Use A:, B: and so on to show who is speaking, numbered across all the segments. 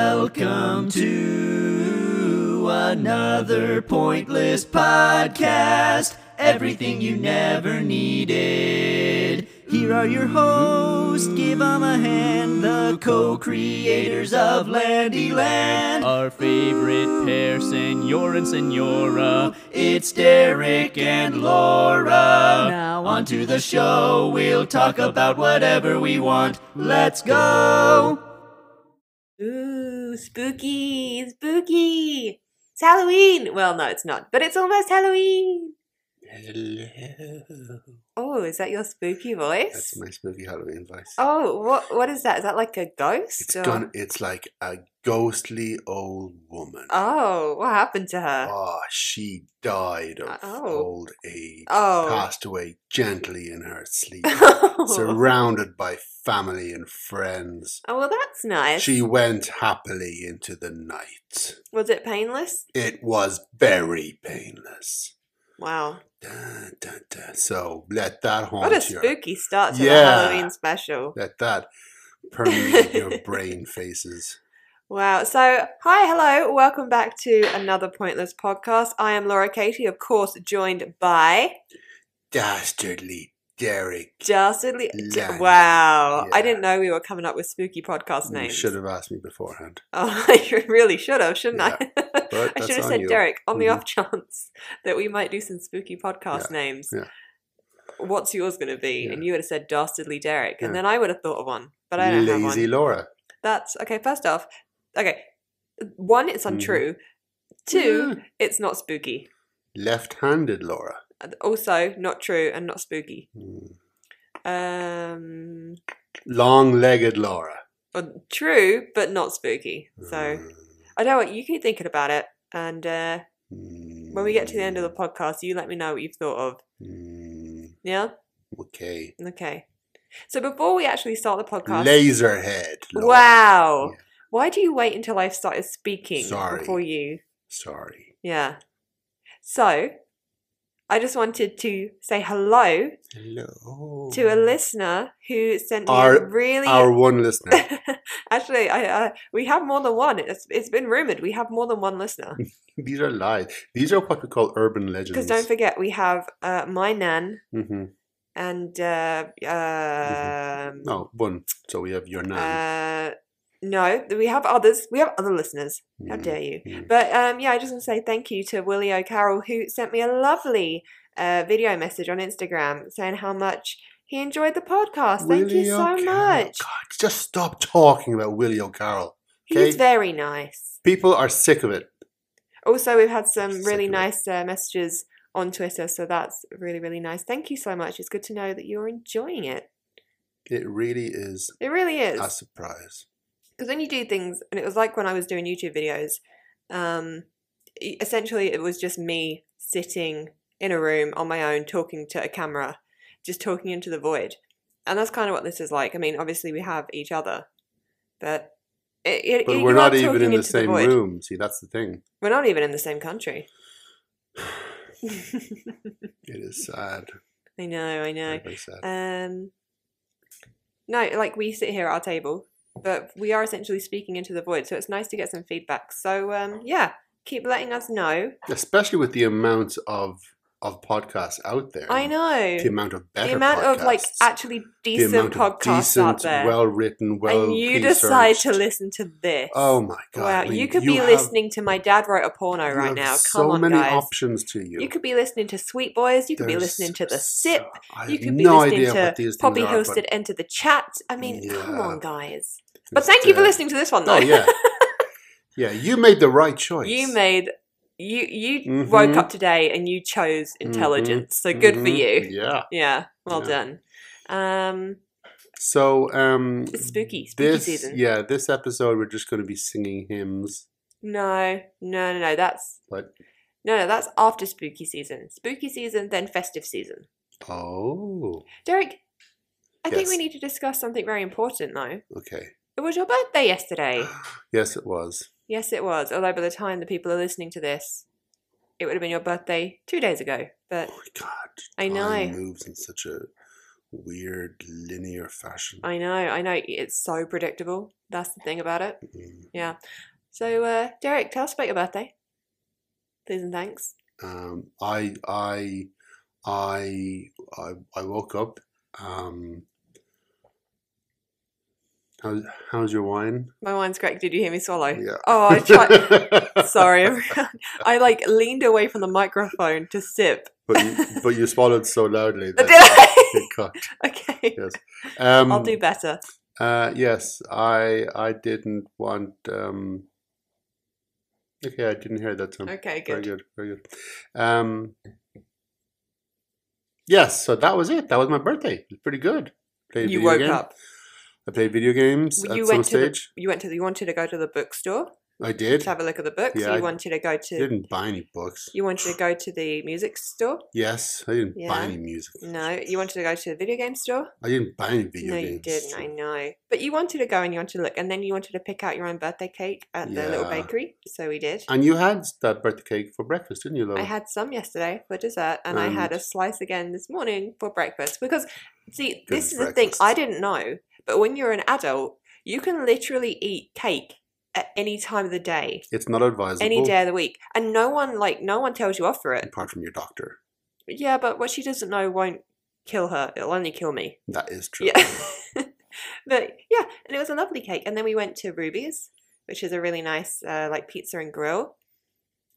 A: Welcome to another pointless podcast. Everything you never needed. Here are your hosts. Give 'em a hand. The co-creators of Landyland.
B: Our favorite pair, Senor and Senora.
A: It's Derek and Laura. Now onto the show. We'll talk about whatever we want. Let's go.
C: Ooh, spooky, spooky. It's Halloween. Well, no, it's not, but it's almost Halloween.
D: Hello.
C: Oh, is that your spooky voice?
D: That's my spooky Halloween voice.
C: Oh, what what is that? Is that like a ghost?
D: it's
C: or-
D: gone. It's like a ghostly old woman.
C: Oh, what happened to her?
D: Ah, she died of
C: Oh.
D: old age.
C: Oh.
D: Passed away gently in her sleep, surrounded by family and friends.
C: oh, well, that's nice.
D: She went happily into the night.
C: Was it painless?
D: It was very painless.
C: Wow.
D: Dun, dun, dun. So let that
C: What
D: haunt
C: a
D: your-
C: spooky start to the
D: Oh, Yeah.
C: Halloween special.
D: Let that permeate your brain faces.
C: Wow. So, hi, hello. Welcome back to another Pointless podcast. I am Laura Katie, of course, joined by
D: dastardly Derek.
C: Dastardly. d-
D: Land.
C: Wow. I
D: Yeah.
C: didn't know we were coming up with spooky podcast
D: You
C: names.
D: should have asked me beforehand.
C: Oh, I really should have, shouldn't I?
D: But
C: I
D: that's
C: should have
D: on
C: said
D: you.
C: Derek on the
D: Mhm.
C: off chance that we might do some spooky podcast names.
D: yeah.
C: What's yours going to be?
D: Yeah.
C: And you would have said Dastardly Derek, and
D: Yeah.
C: then I would have thought of one, but I don't
D: Lazy
C: have one.
D: Laura.
C: That's okay. First off, okay. One, it's
D: Mhm.
C: untrue. Two,
D: Mm-hmm.
C: it's not spooky.
D: Left handed Laura.
C: And Also, not true and not spooky.
D: Mm.
C: Um,
D: Long legged Laura.
C: or uh, true but not spooky.
D: Mm.
C: So I don't know what you keep thinking about it, and uh,
D: Hmm.
C: when we get to the end of the podcast, you let me know what you've thought of.
D: Mm.
C: Yeah.
D: Okay.
C: Okay. So before we actually start the podcast,
D: Laser head. Laura.
C: wow,
D: Yeah.
C: why do you wait until I've started speaking
D: Sorry.
C: before you?
D: Sorry.
C: Yeah. So I just wanted to say hello
D: Hello.
C: to a listener who sent me a
D: Mm. Our-
C: really.
D: Our one listener.
C: actually, I, I we have more than one. It's it's been rumored we have more than one listener.
D: These are lies. These are what we call urban legends.
C: Because don't forget, we have uh, my nan
D: Mhm.
C: and uh, um,
D: No, one. So we have your nan.
C: uh, no, we have others. We have other listeners. How
D: Mm.
C: dare you?
D: Mm.
C: But um, yeah, I just want to say thank you to Willie O'Carroll who sent me a lovely uh, video message on Instagram saying how much he enjoyed the podcast. thank you
D: Willie
C: so
D: O'Carroll.
C: much.
D: God, just stop talking about Willie O'Carroll.
C: He's
D: okay.
C: very nice.
D: People are sick of it.
C: Also, we've had some
D: Just
C: really
D: second it.
C: nice uh, messages on Twitter, so that's really really nice. Thank you so much. It's good to know that you're enjoying it.
D: It really is
C: It really is.
D: a surprise.
C: because when you do things and it was like when i was doing youtube videos um e- essentially it was just me sitting in a room on my own talking to a camera just talking into the void and that's kind of what this is like i mean obviously we have each other but it, it,
D: But
C: you
D: we're
C: are
D: not even
C: talking
D: in the
C: into
D: same
C: void.
D: room. See, that's the thing.
C: we're not even in the same country
D: It is sad.
C: i know i know
D: Very, very sad.
C: um no like we sit here at our table but we are essentially speaking into the void so it's nice to get some feedback so um yeah keep letting us know
D: Especially with the amount of of podcasts out there.
C: i know
D: The amount of better
C: the amount of like
D: podcasts,
C: actually
D: the
C: decent
D: amount of
C: podcasts out
D: decent,
C: there
D: well-written, well
C: and you decide to
D: researched-
C: listen to this
D: Oh my god.
C: wow
D: I mean,
C: you could be
D: have-
C: listening to my dad wrote a porno
D: you
C: right
D: have
C: now come
D: so
C: on
D: many
C: guys
D: options to you.
C: you could be listening to sweet boys you could be
D: There's
C: listening to the
D: so-
C: sip
D: I
C: you
D: have
C: could be
D: no
C: listening
D: idea
C: to
D: what these things
C: poppy
D: are, but
C: hosted enter the chat i mean come
D: Yeah.
C: on guys
D: it's,
C: but thank you for
D: uh,
C: listening to this one though
D: Oh yeah, yeah. You made the right choice.
C: you made you you woke
D: Mhm.
C: up today and you chose intelligence so good for
D: Mhm.
C: you
D: Mm-hmm. Yeah.
C: yeah well
D: Yeah.
C: done um
D: So um,
C: it's spooky spooky
D: this
C: season
D: yeah, this episode we're just going to be singing hymns.
C: no no no no that's
D: What?
C: no no that's after spooky season spooky season then festive season
D: Oh,
C: derek i think we
D: Yes.
C: need to discuss something very important though
D: okay.
C: it was your birthday yesterday
D: Yes, it was.
C: yes it was although by the time the people are listening to this it would have been your birthday two days ago but
D: Oh my God,
C: i know
D: time moves in such a weird linear fashion.
C: I know, I know. It's so predictable. That's the thing about it.
D: Mm.
C: Yeah. So, uh, Derek, tell us about your birthday. Please and thanks.
D: Um, I I I I I woke up. Um, how, how's your wine?
C: My wine's cracked. Did you hear me swallow?
D: Yeah.
C: Oh, I tried. Sorry, everyone. I like leaned away from the microphone to sip.
D: but you, but you swallowed so loudly
C: Did
D: that
C: I?
D: it cut.
C: okay.
D: Yes. Um,
C: I'll do better.
D: Uh, yes, I I didn't want. Um, okay, I didn't hear that time.
C: Okay,
D: Very
C: good.
D: good, very good. Um, yes, so that was it. That was my birthday. It was pretty good. Played
C: You
D: video
C: woke
D: game-
C: up.
D: I played video games
C: You
D: at
C: went
D: some
C: to the-
D: stage.
C: You went to the, you wanted to go to the bookstore
D: I did.
C: to have a look at the books.
D: Yeah,
C: you
D: I
C: wanted to go to
D: didn't buy any books.
C: you wanted to go to the music store.
D: Yes, I didn't
C: Yeah.
D: buy any music.
C: No, you wanted to go to the video game store.
D: I didn't buy any video
C: no,
D: games.
C: you didn't. I know, but you wanted to go and you wanted to look, and then you wanted to pick out your own birthday cake at the little
D: Yeah.
C: bakery. So we did.
D: And you had that birthday cake for breakfast, didn't you, though?
C: I had some yesterday for dessert, and I had a
D: And-
C: slice again this morning for breakfast. Because, see,
D: Good
C: this is the thing
D: breakfast.
C: I didn't know, but when you're an adult, you can literally eat cake at any time of the day,
D: It's not advisable.
C: any day of the week, and no one like no one tells you off for it.
D: Apart from your doctor.
C: Yeah, but what she doesn't know won't kill her; it'll only kill me.
D: That is true.
C: Yeah. but yeah, and it was a lovely cake. And then we went to Ruby's, which is a really nice uh, like pizza and grill.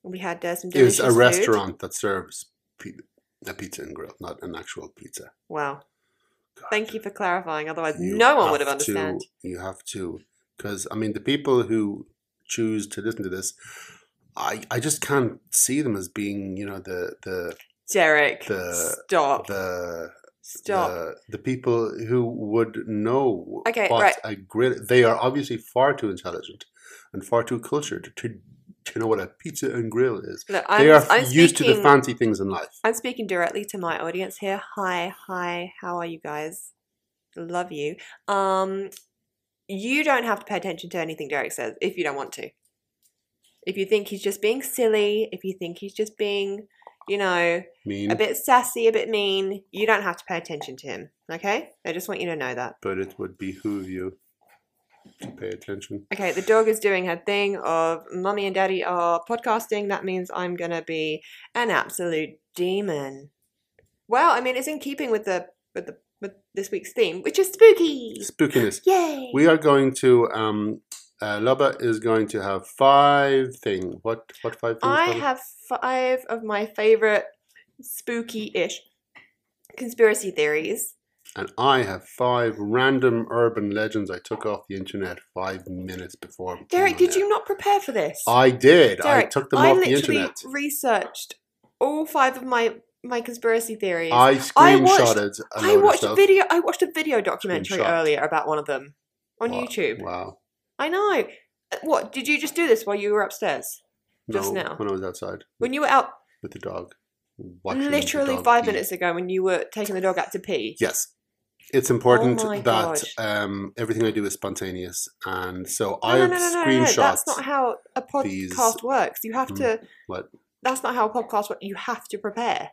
C: We had uh, some
D: It was
C: delicious
D: a
C: food.
D: restaurant that serves pi- a pizza and grill, not an actual pizza.
C: Wow.
D: God.
C: Thank you for clarifying. Otherwise,
D: You
C: no one would have
D: to-
C: understood.
D: you have to, because I mean, the people who choose to listen to this, I I just can't see them as being, you know, the the
C: Derek,
D: The-
C: stop.
D: the
C: stop.
D: the, the people who would know
C: Okay,
D: what
C: right.
D: a grill. They are obviously far too intelligent and far too cultured to to know what a pizza and grill is.
C: Look, I'm,
D: they are
C: I'm
D: used to the
C: speaking-
D: fancy things in life.
C: I'm speaking directly to my audience here. Hi, hi. How are you guys? Love you. Um, you don't have to pay attention to anything Derek says if you don't want to. If you think he's just being silly, if you think he's just being, you know,
D: mean,
C: a bit sassy, a bit mean, you don't have to pay attention to him. Okay? I just want you to know that.
D: but it would behoove you to pay attention.
C: Okay, the dog is doing her thing of mummy and daddy are podcasting. That means I'm going to be an absolute demon. Well, I mean, it's in keeping with the with the with this week's theme, which is spooky.
D: Spookiness.
C: Yay!
D: We are going to. Um, uh, Lubba is going to have five thing. What? What five things?
C: I
D: Lubba?
C: have five of my favorite spooky-ish conspiracy theories.
D: and I have five random urban legends I took off the internet five minutes before. we
C: Derek,
D: came on
C: did you not prepare for this?
D: air. Oh, I did. I
C: Derek,
D: took them
C: I
D: off the
C: literally
D: internet.
C: researched all five of my my conspiracy theories.
D: I
C: I watched-
D: screenshotted. a
C: I
D: load of
C: watched a
D: stuff.
C: video. I watched a video documentary
D: Screenshot.
C: earlier about one of them on
D: Wow,
C: YouTube.
D: Wow.
C: I know. Uh, What did you just do this while you were upstairs? Just
D: No,
C: now.
D: when I was outside
C: When you were out
D: with the dog, watching the
C: literally
D: dog
C: five
D: eat.
C: minutes ago, when you were taking the dog out to pee.
D: Yes. It's important
C: Oh my
D: that
C: gosh.
D: um, everything I do is spontaneous. And so
C: No,
D: I
C: no,
D: have
C: no, no, no, no, no,
D: screenshots.
C: That's not how a podcast
D: these-
C: works. You have
D: Mm,
C: to.
D: what?
C: That's not how a podcast works. You have to prepare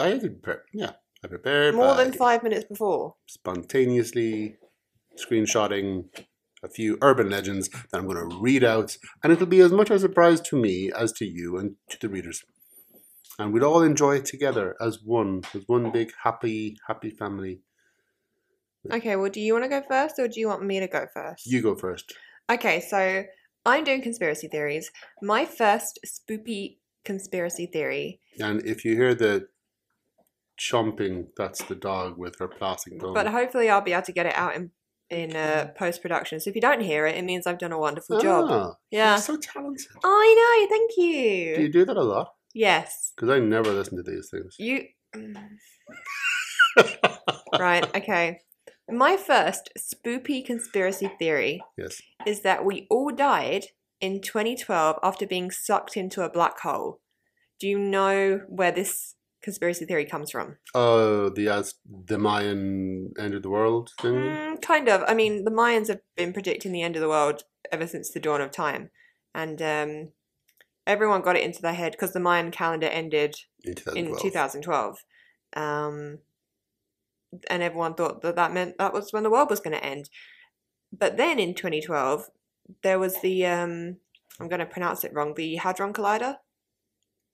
D: I did prepare. Yeah. I prepared.
C: more
D: by
C: than five minutes before.
D: Spontaneously screenshotting a few urban legends that I'm going to read out. And it'll be as much a surprise to me as to you and to the readers. And we'll all enjoy it together as one, as one big happy, happy family.
C: Okay. Well, do you want to go first, or do you want me to go first?
D: You go first.
C: Okay, so I'm doing conspiracy theories. My first spoopy conspiracy theory,
D: And if you hear the chomping, that's the dog with her plastic bone.
C: but hopefully I'll be able to get it out in in uh, post production. So if you don't hear it, it means I've done a wonderful job.
D: Ah,
C: Yeah.
D: You're so talented.
C: I know. Thank
D: Do you
C: you.
D: do that a lot?
C: Yes.
D: Because I never listen to these things.
C: You. Mm. right. Okay. My first spoopy conspiracy theory
D: Yes.
C: is that we all died in 2012 after being sucked into a black hole. Do you know where this conspiracy theory comes from?
D: Oh, the Az- the Mayan end of the world thing.
C: Mm, kind of. I mean, the Mayans have been predicting the end of the world ever since the dawn of time, and um, everyone got it into their head because the Mayan calendar ended
D: in
C: in
D: 2012.
C: 2012. Um, and everyone thought that that meant that was when the world was going to end. But then in 2012, there was the um, I'm going to pronounce it wrong. The hadron collider.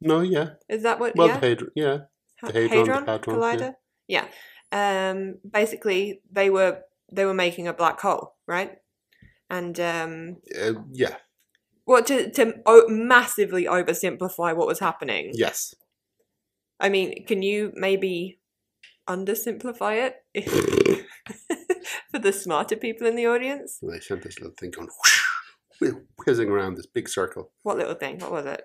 D: No, yeah.
C: Is that what?
D: Well,
C: yeah.
D: the Hadron, yeah.
C: Ha-
D: the Hadron, the Hadron, yeah.
C: collider. Yeah. Um, basically, they were they were making a black hole, right? And um,
D: Uh, yeah,
C: well, to to o- massively oversimplify what was happening.
D: yes.
C: I mean, can you maybe undersimplify it for the smarter people in the audience?
D: And I sent this little thing going whoosh, whi- whizzing around this big circle.
C: What little thing? What was it?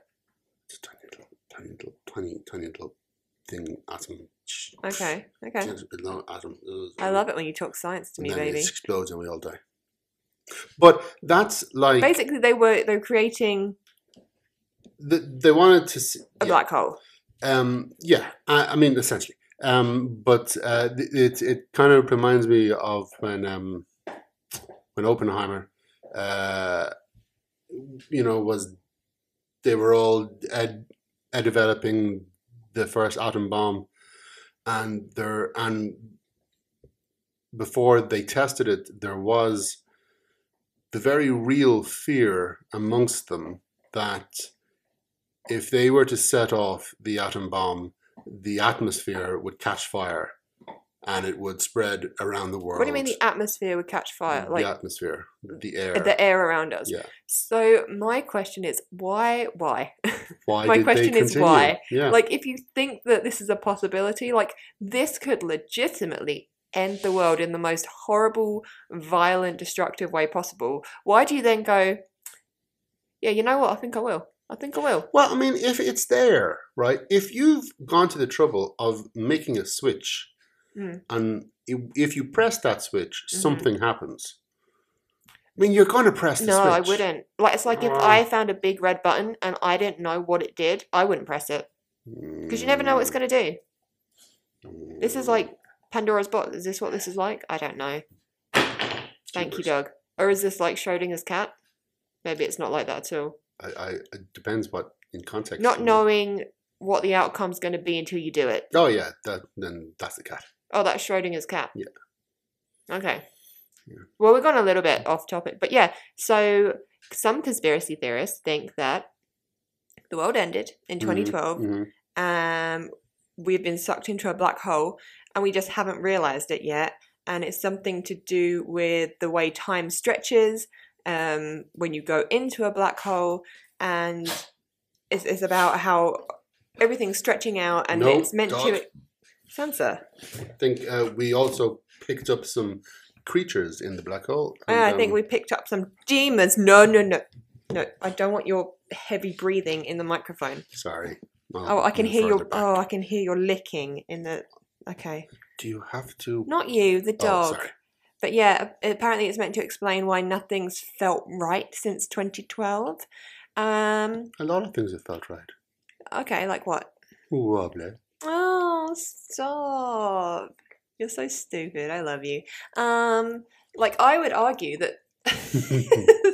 D: Just tiny little, tiny little, tiny, tiny little thing atom.
C: Okay, okay.
D: Just a little atom.
C: I love it when you talk science to
D: And
C: me,
D: then it
C: baby.
D: explodes and we all die. But that's like
C: Basically, they were they were creating
D: th- they wanted to. s
C: a
D: yeah.
C: black hole.
D: Um, yeah, I, I mean, essentially. Um, but uh, th- it it kind of reminds me of when um, when Oppenheimer, uh, you know, was they were all uh, uh, developing the first atom bomb, and there and before they tested it, there was the very real fear amongst them that if they were to set off the atom bomb, the atmosphere would catch fire and it would spread around the world. Mm,
C: What do you mean the atmosphere would catch fire? uh, Like uh,
D: the atmosphere, the air.
C: the air around us.
D: Yeah.
C: So my question is why? Why?
D: Why
C: my
D: did they
C: question is
D: continue?
C: why?
D: Yeah.
C: like, if you think that this is a possibility, like this could legitimately end the world in the most horrible, violent, destructive way possible. Why do you then go? Yeah, you know what? I think I will. I think I will.
D: well, I mean, if it's there, right? If you've gone to the trouble of making a switch
C: Mm.
D: and i- if you press that switch,
C: Mhm.
D: something happens. I mean, you're going to press the
C: No,
D: switch.
C: I wouldn't. Like it's like if
D: Mm.
C: I found a big red button and I didn't know what it did, I wouldn't press it because you never know
D: Mm.
C: what it's going to do.
D: going
C: This is like Pandora's box. Is this what this is like? I don't know. Thank you, Doug. Or is this like Schrodinger's cat? Maybe it's not like that at all.
D: I, I, it depends what in context.
C: Not
D: you-
C: knowing what the outcome's going to be until you do it.
D: Oh yeah, that then that's the cat.
C: Oh, that's Schrodinger's cat.
D: Yeah.
C: Okay.
D: Yeah.
C: Well, we've gone a little bit off topic, but yeah. So some conspiracy theorists think that the world ended in 2012.
D: Mhm.
C: um, we've been sucked into a black hole and we just haven't realized it yet. And it's something to do with the way time stretches um, when you go into a black hole. And it's, it's about how everything's stretching out and
D: No,
C: it's meant
D: dog.
C: to. Sansa.
D: I think uh, we also picked up some creatures in the black hole. and,
C: Ah, I think
D: um,
C: we picked up some demons. No, no, no. No, I don't want your heavy breathing in the microphone.
D: Sorry. Well,
C: Oh, I can
D: we're
C: hear your.
D: further back.
C: Oh, I can hear your licking in the. Okay,
D: Do you have to?
C: not you, the
D: Oh,
C: dog.
D: sorry.
C: But yeah, a- apparently it's meant to explain why nothing's felt right since 2012. Um,
D: A lot of things have felt right.
C: okay, like what?
D: Wobbly.
C: Oh, stop. You're so stupid. I love you. Um, like I would argue that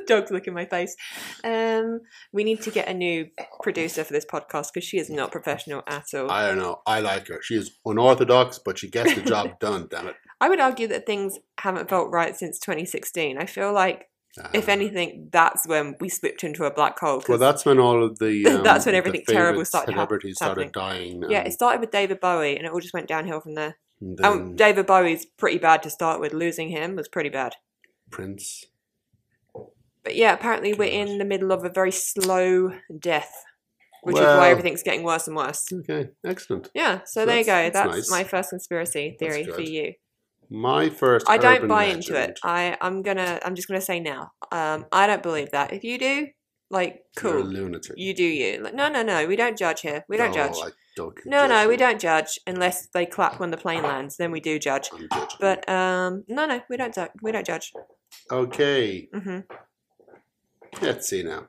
C: dog's look in my face. Um, we need to get a new producer for this podcast because she is not professional at all.
D: I don't know. I like her. She is unorthodox, but she gets the job done. Damn it.
C: I would argue that things haven't felt right since 2016. I feel like if
D: Uh,
C: anything, that's when we slipped into a black hole. 'cause
D: Well, that's when all of the um,
C: That's when
D: the
C: everything terrible
D: favorite
C: started hap-
D: Celebrities started dying.
C: Yeah,
D: and
C: it started with David Bowie, and it all just went downhill from there.
D: then
C: Um, David Bowie's pretty bad to start with. Losing him was pretty bad.
D: Prince.
C: But yeah, apparently we're
D: Gosh.
C: in the middle of a very slow death, which is
D: Well-
C: why everything's getting worse and worse.
D: Okay, excellent.
C: Yeah, so
D: So
C: there you go.
D: that's-
C: That's,
D: that's nice.
C: my first conspiracy
D: That's
C: theory for
D: good.
C: you.
D: My first.
C: I don't
D: urban
C: buy
D: legend.
C: into it. I I'm gonna I'm just gonna say now. Um, I don't believe that. If you do, like,
D: You're a
C: cool.
D: lunatic.
C: You do you. Like, no, no, no. We don't judge here. We don't
D: no,
C: judge.
D: I don't
C: No,
D: judge
C: no, we
D: you.
C: don't judge unless they clap when the plane lands. Then we do judge.
D: I'm judging.
C: But um, no, no, we don't. ju- We don't judge.
D: okay,
C: hmm
D: let's see now.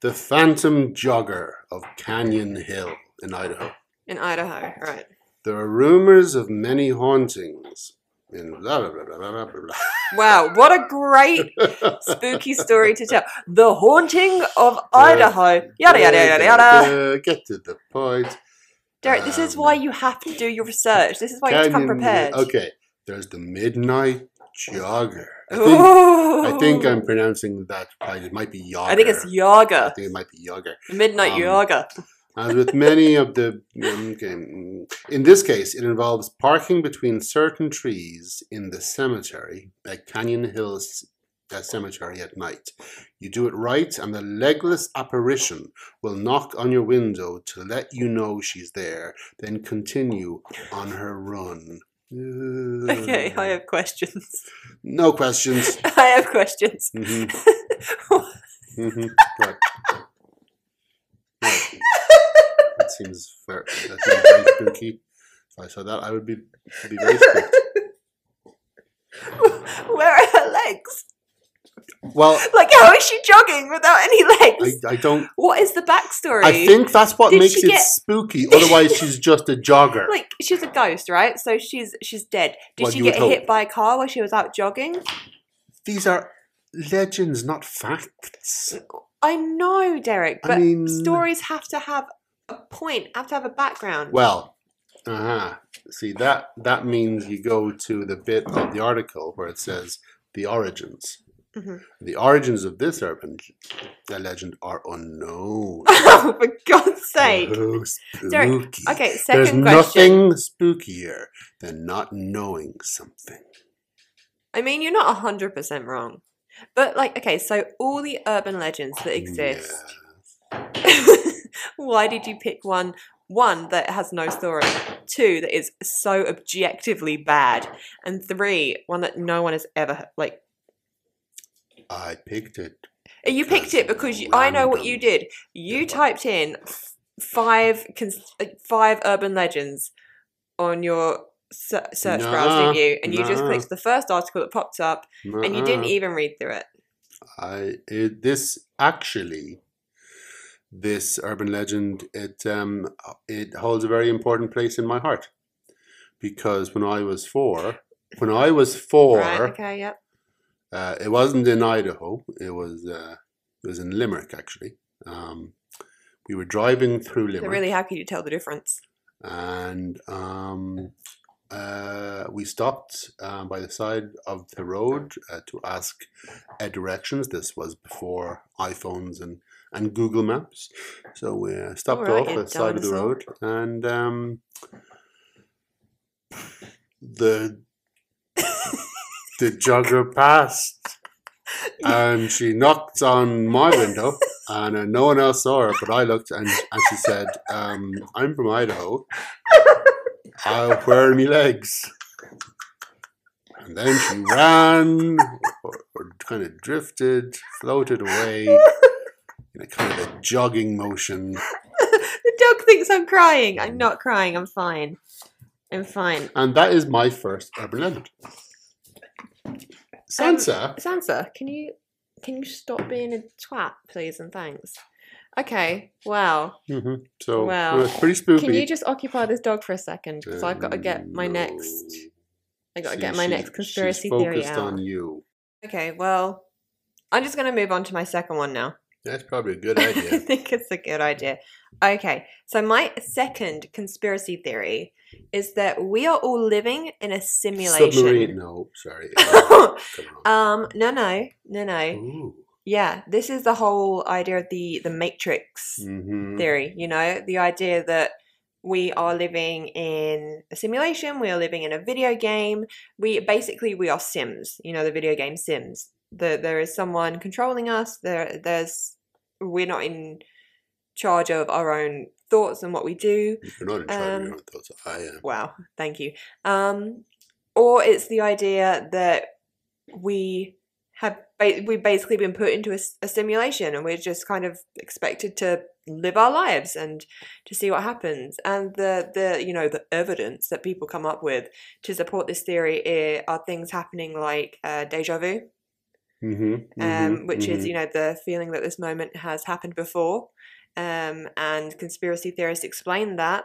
D: The Phantom Jogger of Canyon Hill in Idaho.
C: In Idaho, right?
D: There are rumors of many hauntings in blah blah blah blah blah blah. blah.
C: Wow, what a great spooky story to tell. The haunting of Idaho. Yada yada yada yada.
D: Get to the point.
C: Derek, this is
D: Um,
C: why you have to do your research. This is why you have to
D: Canyon-
C: come prepared.
D: Okay, there's the Midnight Jogger. I think,
C: Ooh.
D: I think I'm pronouncing that right. It might be Yager.
C: I think it's
D: I
C: yoga.
D: think it might be Yager.
C: Midnight
D: Um,
C: yoga.
D: As with many of the. Okay. mm, In this case, it involves parking between certain trees in the cemetery at Canyon Hills uh, Cemetery at night. You do it right, and the legless apparition will knock on your window to let you know she's there, then continue on her run. Mm.
C: Okay, I
D: Ugh.
C: have questions.
D: No questions.
C: I have questions.
D: hmm hmm Right. Right. That seems fair. That seems very spooky. If I saw that, I would be be very spooked.
C: Where are her legs?
D: Well,
C: Like, how is she jogging without any
D: I,
C: legs?
D: I don't.
C: what is the backstory?
D: I think that's what
C: Did
D: makes
C: she
D: it
C: get-
D: spooky. Otherwise, she's just a jogger.
C: like she's a ghost, right? So she's she's dead. Did
D: Well,
C: she
D: you would
C: get hit
D: hope.
C: by a car while she was out jogging?
D: These are legends, not facts.
C: I know, Derek,
D: I
C: but
D: mean-
C: stories have to have a point, have to have a background.
D: Well, uh huh. See that that means you go to the bit of the article where it says the origins.
C: Mhm.
D: The origins of this urban the legend are unknown.
C: oh, for God's sake!
D: Oh,
C: Derek,
D: spooky.
C: Okay, second
D: There's
C: question.
D: nothing spookier than not knowing something.
C: I mean, you're not hundred percent wrong, but like, okay, so all the urban legends
D: Oh,
C: that exist. why did you pick one one that has no story two that is so objectively bad and three one that no one has ever he- like
D: Yeah, I picked it.
C: you picked it because you, i know what you did you typed in f- five cons- like, five urban legends on your se- search browser
D: Nah,
C: didn't you and you just
D: nah. Uh-uh.
C: clicked the first article that popped up and you didn't even read through it
D: I it, this actually this urban legend it um it holds a very important place in my heart because when I was four when I was four
C: right okay yep
D: uh, it wasn't in Idaho it was uh, it was in Limerick actually um, we were driving through
C: so
D: Limerick
C: really how could you tell the difference
D: and um, uh, we stopped um, by the side of the road uh, to ask uh, directions. This was before iPhones and, and Google Maps. So we uh, stopped
C: Alright,
D: off
C: you
D: at the side of the
C: dinosaur.
D: road and um, the the jogger passed and she knocked on my window and uh, no one else saw her but i looked and, and she said um, i'm from idaho uh, where are my legs and then she ran or, or kind of drifted floated away in a kind of a jogging motion
C: the dog thinks i'm crying i'm not crying i'm fine i'm fine
D: and that is my first urban legend sansa
C: Sansa, can you can you stop being a twat, please, and thanks. Okay, wow.
D: Mhm. so
C: Wow.
D: well, it's pretty spoopy
C: Can you just occupy this dog for a second? Because I've got to
D: Uh,
C: get my next.
D: no.
C: I got to
D: See,
C: get my
D: she-
C: next conspiracy
D: she's
C: theory
D: focused
C: out.
D: on you.
C: Okay, well, I'm just going to move on to my second one now.
D: That's probably a good
C: I
D: idea.
C: think it's a good idea. Okay, so my second conspiracy theory is that we are all living in a simulation.
D: Submarine. No, sorry. Oh, come on.
C: um, no, no, no, no.
D: Ooh.
C: Yeah, this is the whole idea of the the Matrix.
D: Mhm.
C: theory, you know, the idea that we are living in a simulation, we are living in a video game. We basically we are Sims, you know, the video game Sims. That there is someone controlling us. There there's we're not in charge of our own thoughts and what we do.
D: You're not in charge of
C: Um,
D: your own thoughts. I am.
C: Wow, thank you. Um, or it's the idea that we have ba- we've basically been put into a, s- a simulation and we're just kind of expected to live our lives and to see what happens. And the the you know the evidence that people come up with to support this theory i- are things happening like uh, deja vu,
D: Mm-hmm.
C: um, which is you know the feeling that this moment has happened before, um, and conspiracy theorists explain that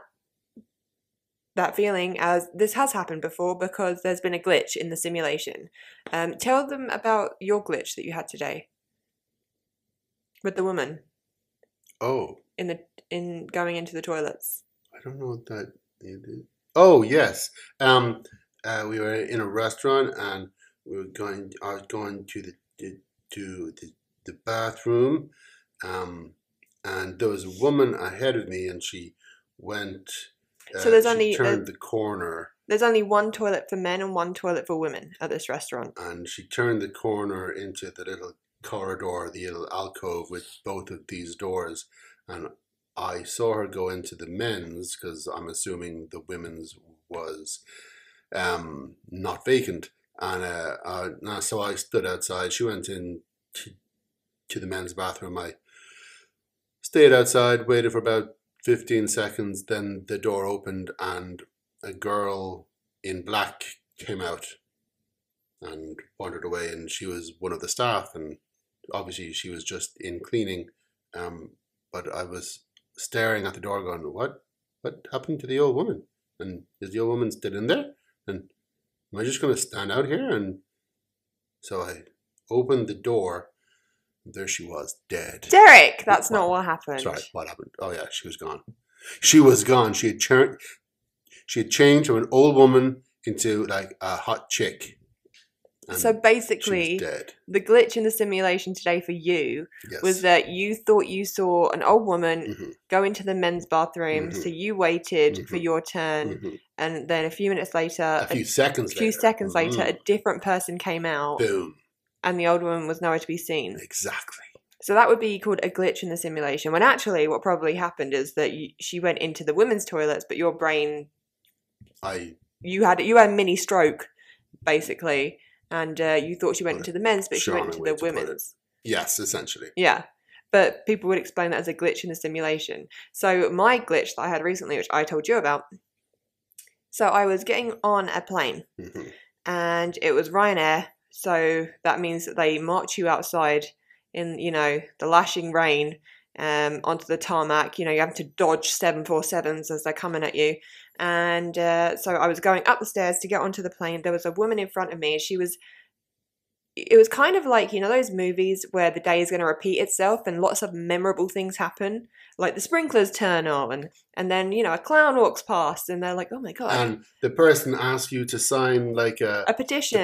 C: that feeling as this has happened before because there's been a glitch in the simulation. Um, tell them about your glitch that you had today with the woman
D: Oh,
C: in the in going into the toilets.
D: I don't know what that. Oh yes, um, uh, we were in a restaurant and we were going. I was going to the to- to the, the bathroom, um, and there was a woman ahead of me, and she went.
C: So there's
D: she
C: only, uh,
D: turned the corner,
C: There's only one toilet for men and one toilet for women at this restaurant.
D: and she turned the corner into the little corridor, the little alcove with both of these doors, and I saw her go into the men's because I'm assuming the women's was um, not vacant, and uh, uh, no, so I stood outside. She went in to, to the men's bathroom. I stayed outside, waited for about fifteen seconds, then the door opened, and a girl in black came out and wandered away. And she was one of the staff, and obviously she was just in cleaning. Um, but I was staring at the door, going, "What? What happened to the old woman? And is the old woman still in there? And am I just going to stand out here?" And so I opened the door. There she was, dead.
C: Derek, that's not what happened.
D: Sorry, what happened? Oh yeah, she was gone. She was gone. She had churned. She had changed from an old woman into like a hot chick. And
C: So
D: she
C: basically,
D: was um, dead.
C: the glitch in the simulation today for you
D: Yes.
C: was that you thought you saw an old woman
D: Mhm,
C: go into the men's bathroom,
D: Mm-hmm.
C: so you waited for your turn,
D: mhm.
C: and then a few minutes later,
D: A few seconds.
C: few
D: later.
C: seconds later,
D: Mhm.
C: a different person came out,
D: Boom.
C: and the old woman was nowhere to be seen.
D: Exactly.
C: So that would be called a glitch in the simulation. When actually, what probably happened is that you, she went into the women's toilets, but your brain
D: I
C: you had you had a mini stroke basically, and uh, you thought she went
D: Right.
C: into the men's, but
D: Sure,
C: she
D: I
C: went into the
D: went to the toilet.
C: women's.
D: yes, essentially.
C: Yeah. But people would explain that as a glitch in the simulation. So my glitch that I had recently, which I told you about, so I was getting on a plane
D: Mhm.
C: and it was Ryanair, so that means that they march you outside in, you know, the lashing rain um, onto the tarmac. You know, you have to dodge 747s as they're coming at you. And uh, so I was going up the stairs to get onto the plane. There was a woman in front of me, and she was. It was kind of like, you know, those movies where the day is going to repeat itself and lots of memorable things happen. Like the sprinklers turn on, and then, you know, a clown walks past, and they're like, oh my God,
D: And the person asked you to sign like a,
C: a
D: the petition.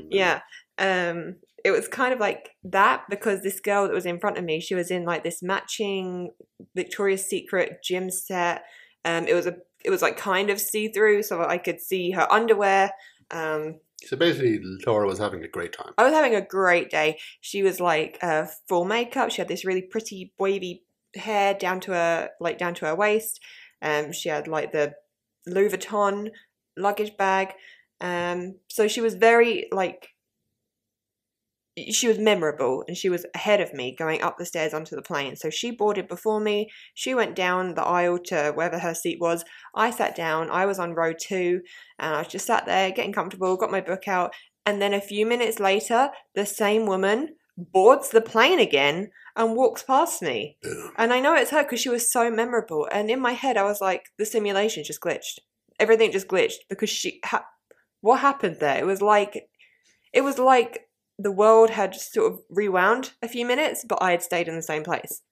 D: and-
C: yeah. Um it was kind of like that because this girl that was in front of me, she was in like this matching Victoria's Secret gym set. Um it was a it was like kind of see-through so I could see her underwear. Um
D: So basically, Laura was having a great time.
C: I was having a great day. She was like uh full makeup. She had this really pretty wavy hair down to her like down to her waist. Um she had like the Louis Vuitton luggage bag. Um so she was very like she was memorable and she was ahead of me going up the stairs onto the plane. So she boarded before me. She went down the aisle to wherever her seat was. I sat down. I was on row two and I was just sat there getting comfortable, got my book out. And then a few minutes later, the same woman boards the plane again and walks past me.
D: Boom.
C: And I know it's her because she was so memorable. And in my head, I was like, the simulation just glitched. Everything just glitched because she. Ha- what happened there? It was like, it was like the world had sort of rewound a few minutes, but I had stayed in the same place.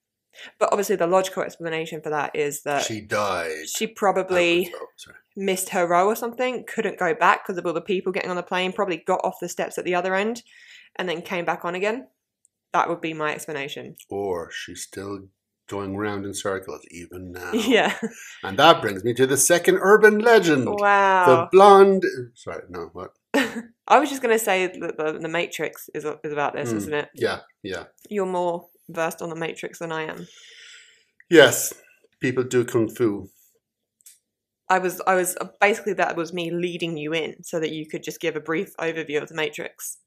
C: But obviously, the logical explanation for that is that she,
D: she died.
C: probably
D: Oh, sorry.
C: missed her row or something, couldn't go back because of all the people getting on the plane, probably got off the steps at the other end and then came back on again. That would be my explanation.
D: Or she's still going round in circles even now.
C: Yeah.
D: And that brings me to the second urban legend. The
C: Wow.
D: blonde. Sorry, no, what?
C: I was just going to say that the, the Matrix is, is about this,
D: Mm.
C: isn't it?
D: Yeah, yeah.
C: You're more versed on the Matrix than I am.
D: Yes, people do kung fu.
C: I was, I was basically that was me leading you in so that you could just give a brief overview of the Matrix.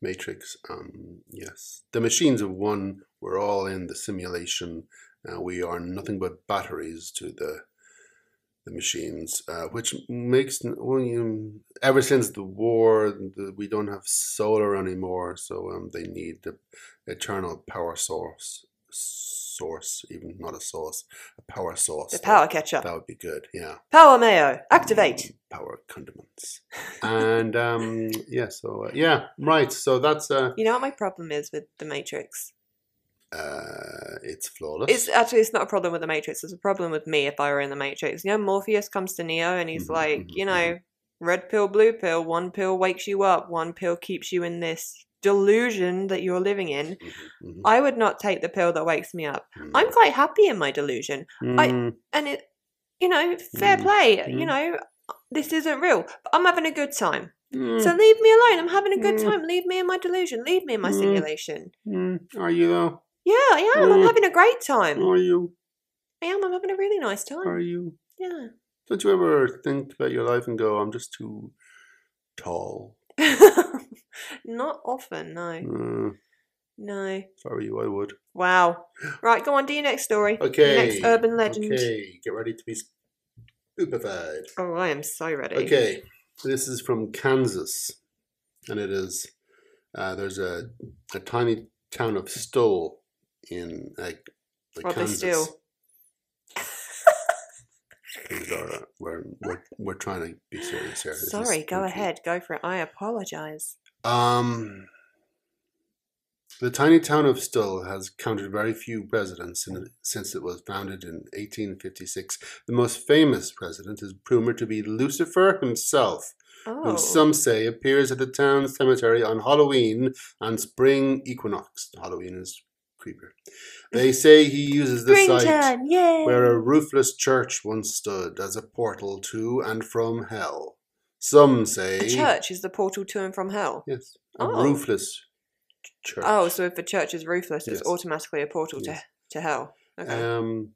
D: Matrix. Um, yes, the machines of one. We're all in the simulation. Uh, we are nothing but batteries to the the machines, uh, which makes n- well, you, ever since the war, the, we don't have solar anymore, so um, they need the eternal power source. Source, even not a source, a power source.
C: The
D: That-
C: power catcher,
D: That would be good. Yeah.
C: power mayo, activate.
D: power condiments. and um, yeah, so uh, yeah, right. So that's uh,
C: You know what my problem is with the Matrix?
D: Uh, it's flawless.
C: It's actually it's not a problem with the Matrix. It's a problem with me if I were in the Matrix. You know, Morpheus comes to Neo and he's
D: Mhm,
C: like,
D: mhm,
C: you know, red pill, blue pill. One pill wakes you up. One pill keeps you in this delusion that you're living in.
D: Mhm, mhm,
C: I would not take the pill that wakes me up.
D: mhm.
C: I'm quite happy in my delusion, I-
D: Mm,
C: and it, you know, fair
D: Mm,
C: play. You
D: mm.
C: know, this isn't real, but I'm having a good time.
D: mm,
C: So leave me alone. I'm having a good
D: Mm.
C: time. Leave me in my delusion. Leave me in my
D: Mm.
C: simulation.
D: mm. Are you though?
C: Yeah, I am. I'm
D: Mm.
C: having a great time.
D: Are you?
C: I am. I'm having a really nice time.
D: Are you?
C: Yeah.
D: Don't you ever think about your life and go, "I'm just too tall."
C: Not often, no.
D: Mm,
C: No.
D: if I were you, I would.
C: Wow. Right, go on, do your next story. Your
D: Okay.
C: next urban legend.
D: Okay, get ready to be stupefied.
C: Oh, I am so ready.
D: Okay, this is from Kansas, and it is uh, there's a a tiny town of Stoll in uh, like
C: Well, Oh, they
D: Kansas.
C: still-
D: These are, uh, we're, we're, we're trying to be serious here. This is
C: Sorry, go
D: spooky.
C: ahead. Go for it. I apologize.
D: Um, the tiny town of Stoll has counted very few residents in, since it was founded in 1856. The most famous resident is rumored to be Lucifer himself,
C: Oh.
D: who some say appears at the town cemetery on Halloween and spring equinox. Halloween is creeper. They say he uses the site
C: Springtime, yay!
D: where a roofless church once stood as a portal to and from hell. Some say
C: The church is the portal to and from hell.
D: Yes. A
C: Oh.
D: roofless ch- church.
C: Oh, so if a church is roofless,
D: Yes.
C: it's automatically a portal
D: Yes.
C: to, to hell. Okay.
D: Um,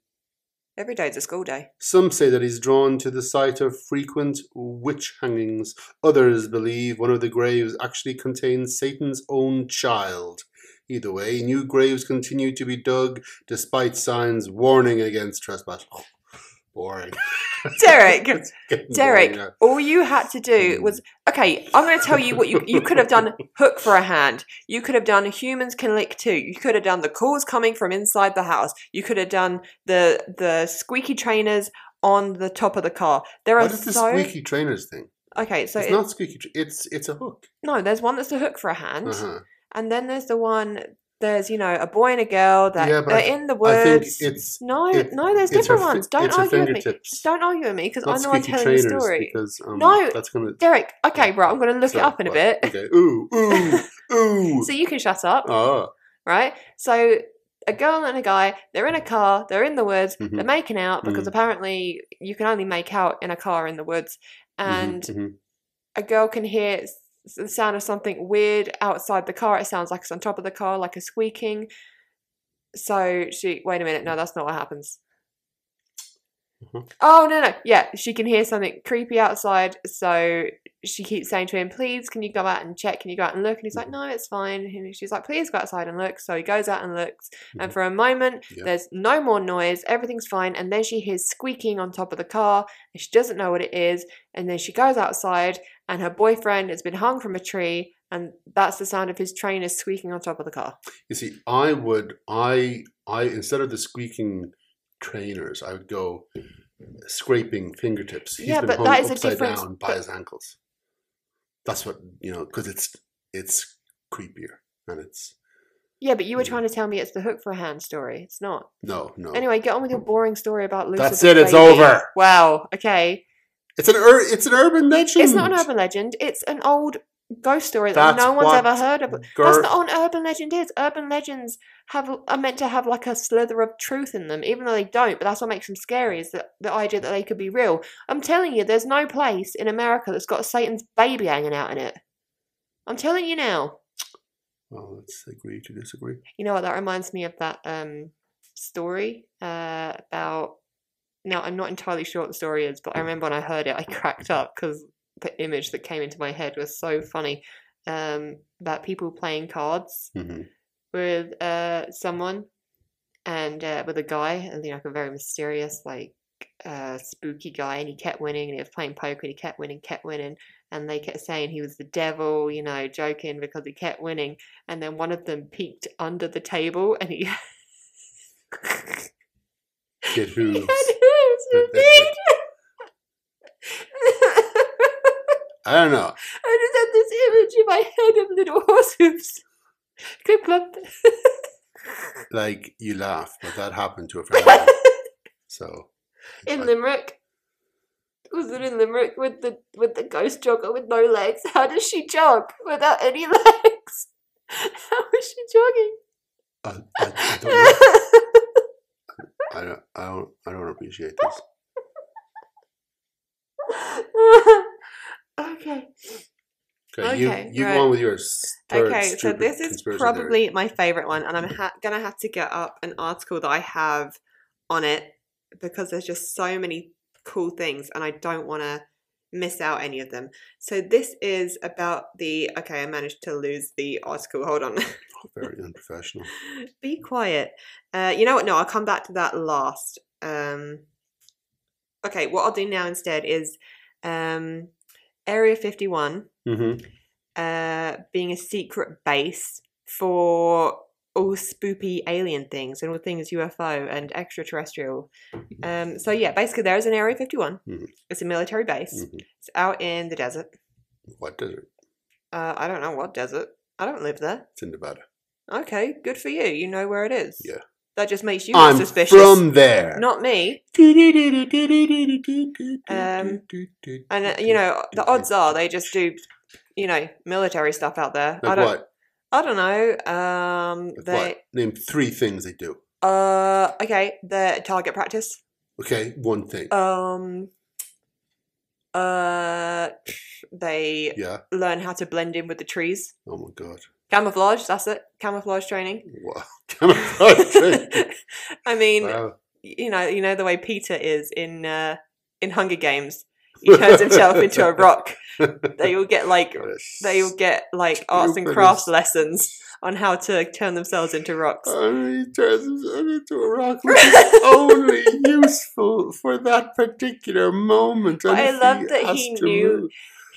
C: Every day's a school day.
D: some say that he's drawn to the site of frequent witch hangings. Others believe one of the graves actually contains Satan's own child. Either way, new graves continue to be dug despite signs warning against trespass. boring.
C: Derek,
D: Getting
C: Derek,
D: boring now.
C: all you had to do
D: Mm.
C: was okay. I'm going to tell you what you you could have done. Hook for a hand. You could have done. Humans can lick too. You could have done the calls coming from inside the house. You could have done the the squeaky trainers on the top of the car. There are
D: What is the
C: so
D: squeaky trainers thing?
C: okay. So
D: it's
C: it-
D: not squeaky. Tra- it's it's a hook.
C: no, there's one that's the hook for a hand,
D: Uh-huh.
C: and then there's the one. There's you know a boy and a girl that
D: Yeah, but I
C: they're
D: th-
C: in the
D: I think
C: woods.
D: it's
C: no,
D: it-
C: no, there's
D: it's her
C: different
D: fi-
C: ones. Don't
D: it's her
C: argue with me.
D: fingertips.
C: Just Don't argue with me because
D: not
C: I'm the one
D: squeaky
C: telling the
D: trainers
C: story.
D: because um,
C: No.
D: that's gonna
C: Derek, okay, right, I'm going to look
D: Sorry,
C: it up in a
D: what?
C: bit.
D: Okay. Ooh, ooh, ooh.
C: So you can shut up,
D: Ah,
C: right? So a girl and a guy, they're in a car, they're in the woods, they're
D: Mhm.
C: making out because
D: Mhm.
C: apparently you can only make out in a car in the woods. And
D: Mhm,
C: a girl can hear s- the sound of something weird outside the car. It sounds like it's on top of the car, like a squeaking. So she, wait a minute, no, that's not what happens.
D: Mhm.
C: Oh, no, no, yeah, she can hear something creepy outside. So she keeps saying to him, please, can you go out and check? Can you go out and look? And he's like, no, it's fine. And she's like, please go outside and look. So he goes out and looks. And
D: Mhm.
C: for a moment,
D: Yeah.
C: there's no more noise. Everything's fine. And then she hears squeaking on top of the car. And she doesn't know what it is. And then she goes outside and her boyfriend has been hung from a tree, and that's the sound of his trainer squeaking on top of the car.
D: You see, I would, I, I instead of the squeaking trainers, I would go scraping fingertips. He's
C: Yeah,
D: been
C: but
D: hung
C: that is a
D: upside
C: different-
D: down by
C: but-
D: his ankles. That's what you know, because it's it's creepier and it's
C: Yeah, but you were
D: Mhm.
C: trying to tell me it's the hook for a hand story. It's not.
D: no, no.
C: Anyway, get on with your boring story about Lucifer.
D: Oh. That's it. It's
C: baby.
D: over.
C: Wow. Okay.
D: It's an ur- it's an urban legend.
C: It's not an urban legend. It's an old ghost story that
D: That's
C: no one's
D: what
C: ever heard of.
D: Ger-
C: That's not what an urban legend is. Urban legends have are meant to have like a slither of truth in them, even though they don't. But that's what makes them scary is that the idea that they could be real. I'm telling you, there's no place in America that's got Satan's baby hanging out in it. I'm telling you now.
D: Well, let's agree to disagree.
C: You know what? That reminds me of that um story uh, about. Now I'm not entirely sure what the story is, but I remember when I heard it, I cracked up because the image that came into my head was so funny. Um, about people playing cards
D: Mhm.
C: with uh someone and uh, with a guy and you know like a very mysterious like uh spooky guy and he kept winning and he was playing poker and he kept winning kept winning and they kept saying he was the devil you know joking because he kept winning and then one of them peeked under the table and he
D: Get
C: he
D: hooves.
C: had hooves for feet.
D: I don't know.
C: I just had this image in my head of little horse hooves clip clop
D: like you laugh, but that happened to a friend. of mine. so
E: in Limerick. Was it in Limerick with the with the ghost jogger with no legs? How does she jog without any legs? How is she jogging?
D: I, I, I don't know. I don't, I don't, I don't appreciate this.
E: okay.
D: Okay, you,
C: Okay,
D: you
C: right.
D: go on with yours. Third
C: Okay, so
D: stupid
C: this is
D: conspiracy
C: probably my favorite one, and I'm ha- gonna have to get up an article that I have on it because there's just so many cool things, and I don't want to miss out any of them. So this is about the. Okay, I managed to lose the article. Hold on.
D: theory. very unprofessional.
C: Be quiet. Uh, you know what? No, I'll come back to that last. Um, okay, what I'll do now instead is um, Area 51
D: Mm-hmm.
C: uh, being a secret base for all spoopy alien things and all things UFO and extraterrestrial. Um, so, yeah, basically, there is an Area 51.
D: Mhm.
C: It's a military base,
D: Mhm.
C: it's out in the desert.
D: What desert?
C: Uh, I don't know what desert. I don't live there.
D: It's in Nevada.
C: Okay, good for you. You know where it is.
D: Yeah.
C: That just makes you
D: I'm
C: suspicious.
D: from there.
C: Not me. Um, And uh, you know, the odds are they just do, you know, military stuff out there. I
D: Like
C: don't.
D: what?
C: I don't know. Um,
D: Like
C: they.
D: what? Name three things they do.
C: Uh, okay. The target practice.
D: Okay, one thing.
C: Um. Uh, they
D: yeah.
C: learn how to blend in with the trees.
D: Oh my god.
C: Camouflage. That's it. Camouflage training.
D: Wow. Camouflage training.
C: I mean,
D: Oh, Wow.
C: you know, you know the way Peter is in uh, in Hunger Games. He turns himself into a rock. They all get like
D: What a
C: they all get like arts and
D: Stupid
C: crafts
D: is-
C: lessons on how to turn themselves into rocks.
D: Oh, he turns himself into a rock, which is only useful for that particular moment.
C: But
D: and
C: I
D: if
C: love that
D: has
C: he
D: to
C: knew-
D: move-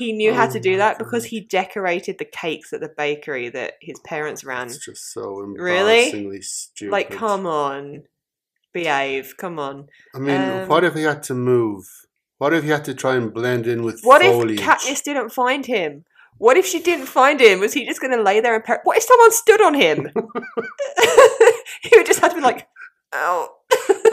C: He knew how
D: Oh
C: to do
D: my
C: that because
D: goodness.
C: he decorated the cakes at the bakery that his parents ran.
D: It's just so
C: Really?
D: embarrassingly stupid.
C: Like, come on, behave, come on.
D: I mean,
C: um,
D: what if he had to move? What if he had to try and blend in with
C: What
D: foliage?
C: if Katniss didn't find him? What if she didn't find him? Was he just going to lay there and? Par- what if someone stood on him? he would just have to be like, oh.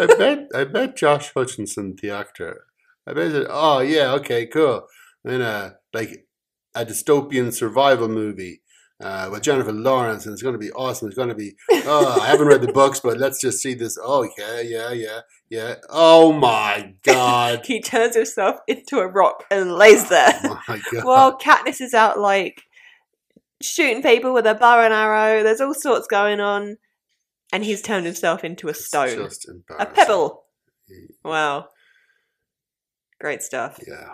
D: I bet I bet Josh Hutchinson, the actor, I bet he said, "Oh yeah, okay, cool." In a like a dystopian survival movie uh, with Jennifer Lawrence, and it's going to be awesome. It's going to be. Oh, I haven't read the books, but let's just see this. Oh yeah, yeah, yeah, yeah. Oh my god! Oh
C: he turns himself into a rock and lays there.
D: my god!
C: Well, Katniss is out like shooting people with a bow and arrow. There's all sorts going on, and he's turned himself into a
D: It's
C: stone,
D: just
C: a
D: embarrassing.
C: pebble. Wow, great stuff.
D: Yeah.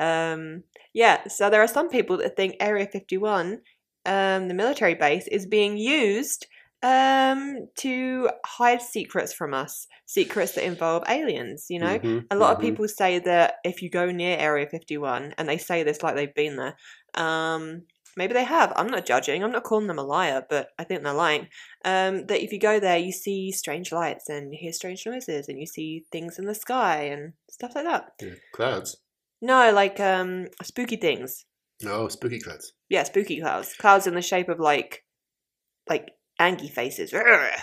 C: Um, yeah. So there are some people that think Area 51, um, the military base, is being used um to hide secrets from us secrets that involve aliens you know
D: Mhm,
C: a lot
D: mhm.
C: of people say that if you go near Area 51, and they say this like they've been there, um, maybe they have. I'm not judging. I'm not calling them a liar, but I think they're lying. Um, that if you go there, you see strange lights and you hear strange noises and you see things in the sky and stuff like that.
D: Yeah, clouds.
C: No, like um, spooky things.
D: No, spooky clouds.
C: Yeah, spooky clouds. Clouds in the shape of like, like angry faces.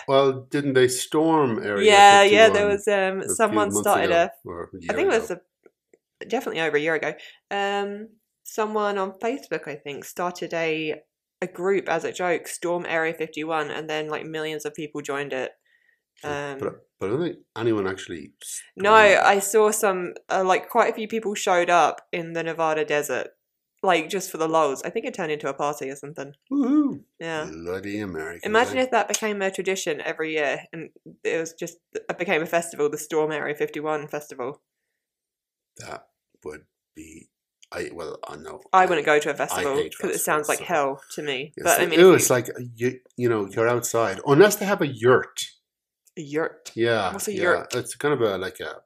D: Well, didn't they storm area?
C: yeah, yeah. There
D: 51?
C: was um,
D: a few
C: someone
D: months
C: started
D: ago,
C: a
D: or a
C: I
D: year
C: think it
D: ago.
C: was a, definitely over a year ago. Um, someone on Facebook, I think, started a a group as a joke, Storm Area Fifty One, and then like millions of people joined it. Um,
D: but, but I don't think anyone actually.
C: no,
D: stormed.
C: I saw some uh, like quite a few people showed up in the Nevada desert, like just for the lulz. I think it turned into a party or something.
D: Woohoo!
C: Yeah.
D: Bloody America!
C: Imagine if that became a tradition every year, and it was just it became a festival, the Storm Area Fifty One festival.
D: that would be. I well, I know.
C: I wouldn't go to a festival
D: hate
C: because it sounds
D: festivals,
C: like
D: so-
C: hell to me.
D: It's,
C: but I mean,
D: ew,
C: if
D: it's like uh, you, you know, you're outside unless they have a yurt.
C: you, you're
D: Yeah,
C: What's a
D: yeah,
C: yurt?
D: It's kind of a like a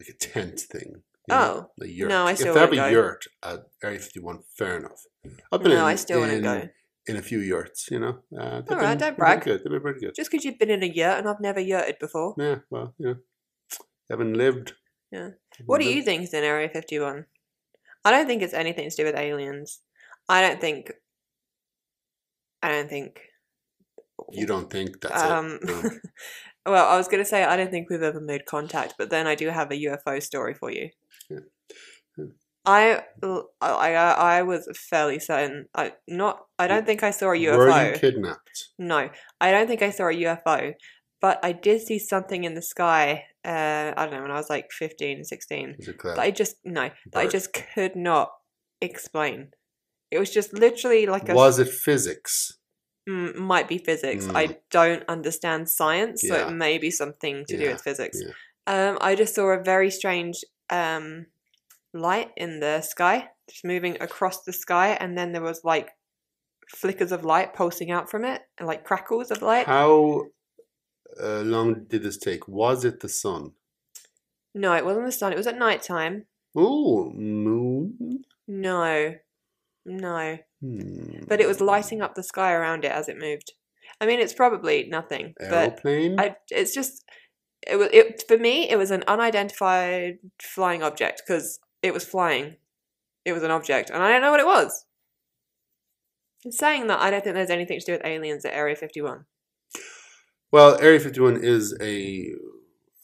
D: like a tent thing. you know,
C: oh
D: a yurt.
C: I
D: if
C: still
D: they have a
C: wouldn't go.
D: yurt at Area 51, fair enough. I've
C: no, I still
D: in,
C: wouldn't go.
D: in a few yurts. You know, uh, they've
C: All right,
D: been-
C: don't
D: they've been
C: brag.
D: Good, they've been pretty good.
C: Just because you've been in a yurt and I've never yurted before.
D: Yeah, well, you know, haven't lived.
C: Yeah.
D: Haven't
C: What do
D: lived.
C: you think is in Area Fifty One? I don't think it's anything to do with aliens. I don't think. I don't think
D: You don't think that's
C: Um,
D: it? No.
C: well, I was going to say I don't think we've ever made contact, but then I do have a UFO story for you.
D: Yeah. Hmm. Yeah.
C: I, l- I, I- I was fairly certain. I not. I don't think I saw a UFO.
D: Were you kidnapped?
C: No, I don't think I saw a UFO, but I did see something in the sky. Uh, I don't know when I was like 15, 16.
D: Is it
C: That I just no, that I
D: Bird.
C: just could not explain. It was just literally like a
D: Was it physics?
C: Mm, might be physics.
D: Mm.
C: I don't understand science, so
D: Yeah.
C: it may be something to do
D: Yeah,
C: with physics. Um, I just saw a very strange um, light in the sky, just moving across the sky, and then there was like flickers of light pulsing out from it, and like crackles of light.
D: How uh, long did this take? Was it the sun?
C: No, it wasn't the sun. It was at night time.
D: Oh, moon.
C: No, no,
D: Hmm.
C: but it was lighting up the sky around it as it moved. I mean, it's probably nothing, but
D: Aeroplane.
C: I, it's just it was it for me. It was an unidentified flying object because it was flying. It was an object, and I don't know what it was. In saying that, I don't think there's anything to do with aliens at Area 51.
D: Well, Area 51 is a,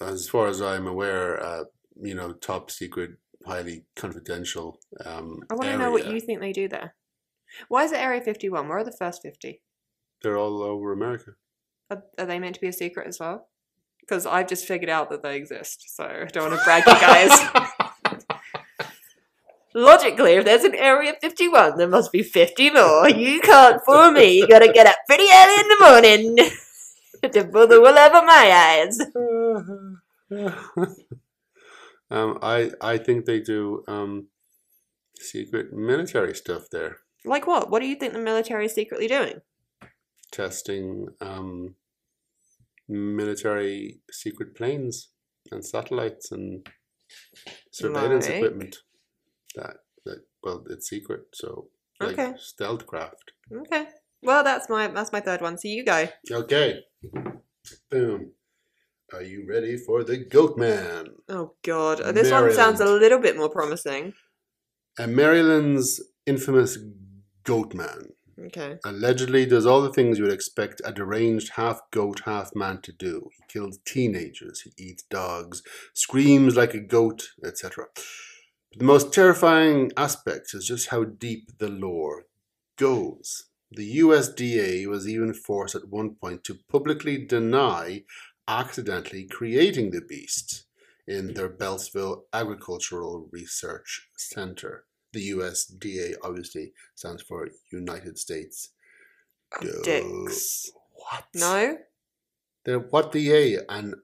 D: as far as I'm aware, uh, you know, top secret, highly confidential. Um,
C: I want to know what
D: area.
C: you think they do there. Why is it Area 51? Where are the first 50?
D: They're all over America.
C: Are, are they meant to be a secret as well? Because I've just figured out that they exist, so I don't want to brag you guys.
E: Logically, if there's an Area 51, there must be 50 more. You can't fool me. You gotta get up pretty early in the morning to pull the wool over my eyes.
D: um, I I think they do um, secret military stuff there,
C: like what? What do you think the military is secretly doing?
D: testing um, military secret planes and satellites and surveillance
C: Like?
D: equipment. That that well, it's secret, so like
C: Okay.
D: stealth craft.
C: Okay. Well, that's my that's my third one. So you go.
D: Okay, boom. Are you ready for the goat man?
C: Oh God, Uh, this one sounds a
D: Maryland.
C: little bit more promising.
D: Uh, Maryland's infamous goat man.
C: Okay.
D: Allegedly does all the things you would expect a deranged half goat, half man to do. He kills teenagers, he eats dogs, screams like a goat, etc. But the most terrifying aspect is just how deep the lore goes. The USDA was even forced at one point to publicly deny accidentally creating the beast in their Beltsville Agricultural Research Center. The USDA obviously stands for United States. Go-
C: Dicks.
D: What?
C: No.
D: They're what DA and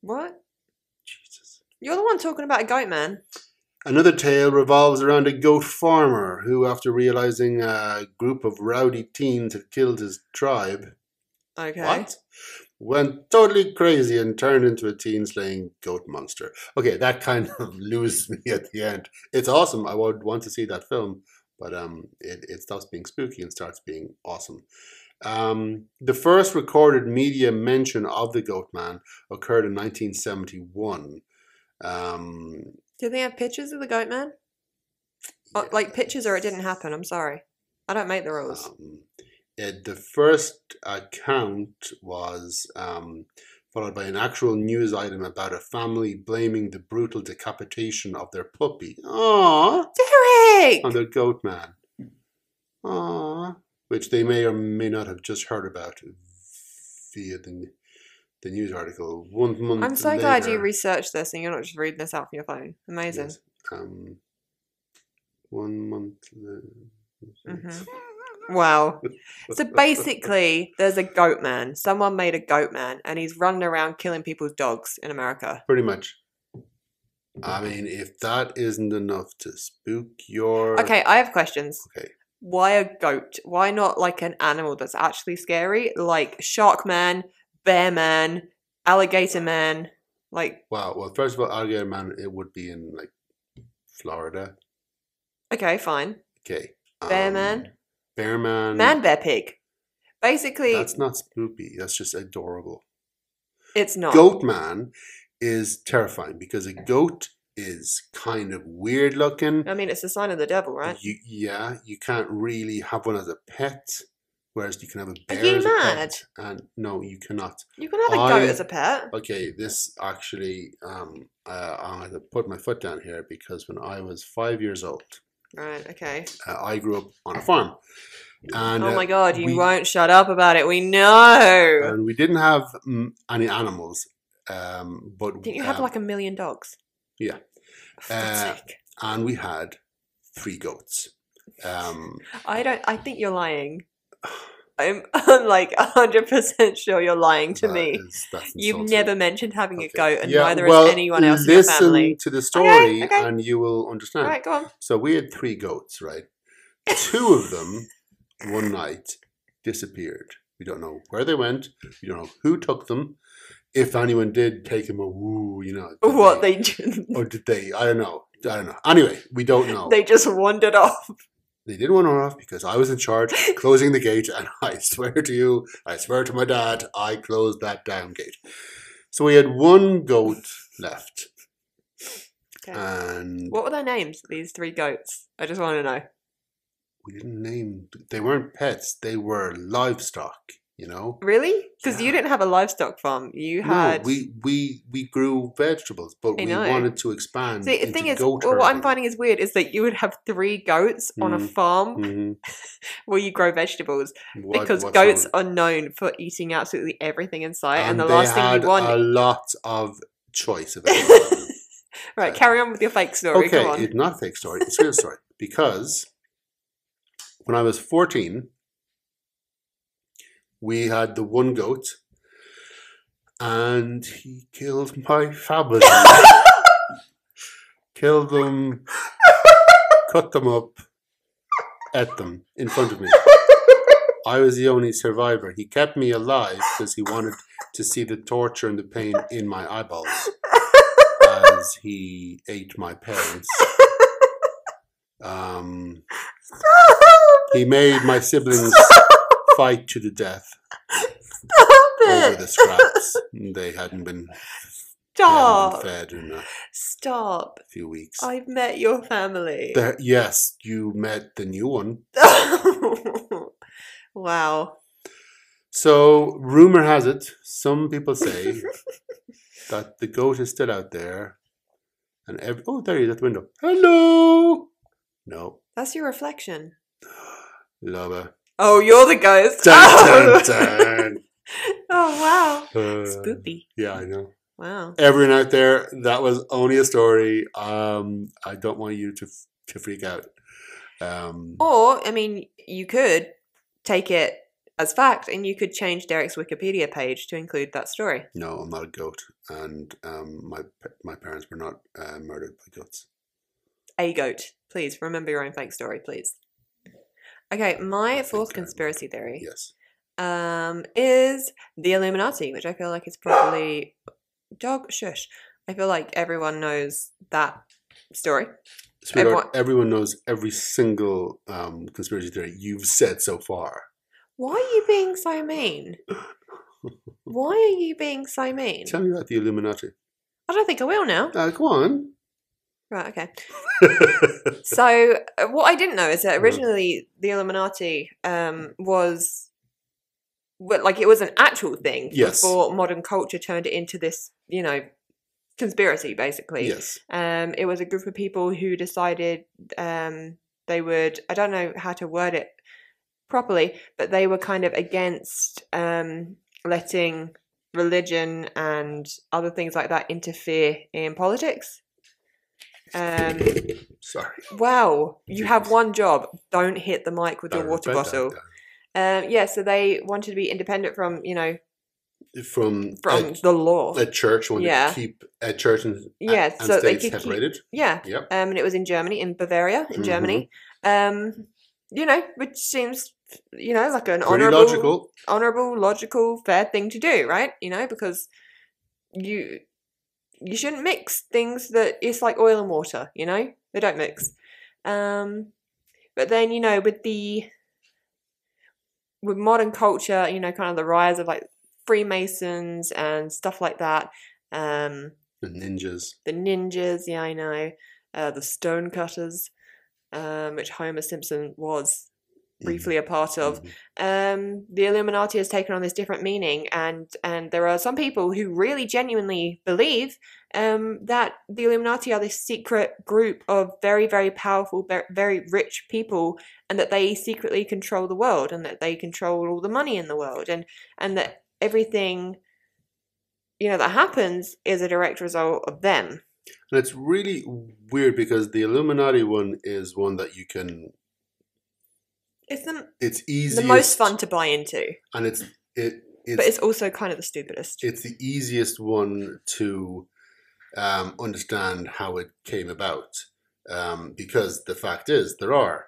C: What?
D: Jesus.
C: You're the one talking about a goat man.
D: Another tale revolves around a goat farmer who, after realizing a group of rowdy teens had killed his tribe,
C: Okay.
D: what? Went totally crazy and turned into a teen slaying goat monster. Okay, that kind of loses me at the end. It's awesome. I would want to see that film, but um, it, it stops being spooky and starts being awesome. Um, the first recorded media mention of the goat man occurred in 1971. Um,
C: Do they have pictures of the goat man? Oh,
D: yeah.
C: Like pictures, or it didn't happen. I'm sorry. I don't make the rules.
D: Um, it, the first account was um, followed by an actual news item about a family blaming the brutal decapitation of their puppy. Aww.
C: Derek.
D: On their goat man. Aww. Which they may or may not have just heard about via the, the news article. One month
C: I'm so glad you
D: later-
C: researched this and you're not just reading this out from your phone. Amazing.
D: Yes, um, one month. la-
C: Mhm. Wow. So basically, there's a goat man. Someone made a goat man, and he's running around killing people's dogs in America.
D: Pretty much. I mean, if that isn't enough to spook your
C: Okay, I have questions.
D: Okay.
C: Why a goat? Why not like an animal that's actually scary, like shark man, bear man, alligator man? Like,
D: Wow. Well, first of all, alligator man, it would be in like Florida.
C: okay, fine,
D: Okay.
C: bear
D: um,
C: man,
D: Bear man.
C: man, bear, pig. Basically,
D: Um, That's not spooky. That's just adorable.
C: it's not.
D: Goat man is terrifying because a goat is kind of weird looking.
C: I mean, it's the sign of the devil, right?
D: You, yeah, you can't really have one as a pet. Whereas you can have a bear
C: you
D: as a
C: mad?
D: pet. And no, you cannot.
C: You can have a goat
D: I-
C: as a pet.
D: Okay, this actually, um, uh, I'm going to put my foot down here because when I was five years old,
C: Right, okay.
D: uh, I grew up on a farm. And,
C: oh
D: uh,
C: my god, you
D: we-
C: won't shut up about it. We know.
D: and we didn't have mm, any animals. Um, but
C: Didn't you have
D: um,
C: like a million dogs?
D: yeah.
C: For God's
D: Uh,
C: sake.
D: and we had three goats. Um,
C: I don't. I think you're lying. I'm, I'm like 100% sure you're lying to
D: that
C: me.
D: is- that's
C: You've
D: insulting.
C: never mentioned having
D: Okay.
C: a goat, and
D: Yeah,
C: neither
D: well,
C: has anyone else in your
D: listen
C: family.
D: to the story
C: okay.
D: and you will understand.
C: All right, go on.
D: So we had three goats, right? Two of them, one night, disappeared. We don't know where they went. We don't know who took them. If anyone did take them, or woo, you know. did
C: What they ju-
D: Or did they? I don't know. I don't know. Anyway, we don't know.
C: they just wandered off.
D: They did one off because I was in charge, closing the gate, and I swear to you, I swear to my dad, I closed that damn gate. So we had one goat left,
C: Okay.
D: Uh, and
C: what were their names? These three goats. I just want to know.
D: we didn't name. They weren't pets; they were livestock. You know,
C: Really? Because you
D: Yeah.
C: didn't have a livestock farm. You
D: no,
C: had.
D: we we we grew vegetables, but
C: I
D: we
C: know.
D: wanted to expand.
C: See, the thing
D: into
C: is,
D: goat
C: well, what I'm
D: herding.
C: finding is weird is that you would have three goats on a
D: Mm.
C: farm
D: Mhm.
C: where you grow vegetables
D: What-
C: because
D: what's wrong
C: goats
D: with-
C: are known for eating absolutely everything in sight, and, the
D: they
C: last thing
D: had
C: you
D: a
C: want.
D: lot of choice available.
C: Right, carry on with your fake story.
D: Okay,
C: Go on.
D: it's not a fake story. It's a real story because when I was fourteen, we had the one goat, and he killed my family. killed them, cut them up, ate them in front of me. I was the only survivor. He kept me alive because he wanted to see the torture and the pain in my eyeballs as he ate my parents. Um,
C: Stop
D: he made my siblings fight to the death over
C: it!
D: the scraps. They hadn't been, they hadn't been
C: Stop!
D: fed in a
C: Stop!
D: few weeks.
C: I've met your family.
D: There- yes, you met the new one.
C: wow.
D: So, rumor has it, some people say that the goat is still out there. And ev- oh, there he is at the window. Hello. No,
C: That's your reflection.
D: lover.
C: Oh, you're the ghost.
D: Dun,
C: Oh,
D: dun,
C: oh wow.
D: dun. Uh,
C: Spooky.
D: yeah, I know.
C: Wow.
D: Everyone out there, that was only a story. Um, I don't want you to f- to freak out. Um,
C: Or, I mean, you could take it as fact and you could change Derek's Wikipedia page to include that story.
D: No, I'm not a goat, and um, my pa- my parents were not uh, murdered by goats.
C: A goat. Please remember your own fake story, please. Okay, my
D: I
C: fourth
D: think I'm-
C: conspiracy theory.
D: Yes,
C: um, is the Illuminati, which I feel like is probably dog shush. I feel like everyone knows that story.
D: sweetheart.
C: Everyone-
D: Everyone knows every single um, conspiracy theory you've said so far.
C: Why are you being so mean? Why are you being so mean?
D: Tell me about the Illuminati.
C: I don't think I will now.
D: Uh, go on.
C: Right, okay. So, uh, what I didn't know is that
D: Mm.
C: originally the Illuminati um, was, well, like, it was an actual thing
D: Yes.
C: before modern culture turned it into this, you know, conspiracy, basically.
D: yes,
C: Um, it was a group of people who decided um, they would, I don't know how to word it properly, but they were kind of against um, letting religion and other things like that interfere in politics. Um,
D: sorry.
C: wow, you have
D: Jesus.
C: one job. Don't hit the mic with your
D: I
C: water
D: read that
C: bottle.
D: down.
C: Um, yeah, so they wanted to be independent from, you know,
D: from
C: from
D: a,
C: the law.
D: a church wanted
C: Yeah.
D: to keep a church and,
C: Yeah,
D: and
C: so they
D: state
C: could keep-
D: separated.
C: Yeah,
D: Yep.
C: um, and it was in Germany, in Bavaria, in
D: Mhm.
C: Germany. Um, you know, which seems, you know, like an
D: Pretty
C: honorable,
D: logical.
C: honorable, logical, fair thing to do, right? You know, because you you shouldn't mix things that it's like oil and water. You know, they don't mix. Um, but then you know, with the with modern culture, you know, kind of the rise of like Freemasons and stuff like that. Um,
D: The ninjas.
C: the ninjas, yeah, I know, uh, the stonecutters, um, which Homer Simpson was
D: Mm-hmm.
C: briefly a part of
D: Mhm.
C: um, the Illuminati has taken on this different meaning, and and there are some people who really genuinely believe um, that the Illuminati are this secret group of very very powerful, ver- very rich people, and that they secretly control the world, and that they control all the money in the world, and and that everything you know that happens is a direct result of them.
D: And it's really weird because the Illuminati one is one that you can.
C: It's the,
D: It's
C: the
D: easiest.
C: most fun to buy into,
D: And it's it it's
C: but it's also kind of the stupidest.
D: it's the easiest one to um, understand how it came about um, because the fact is there are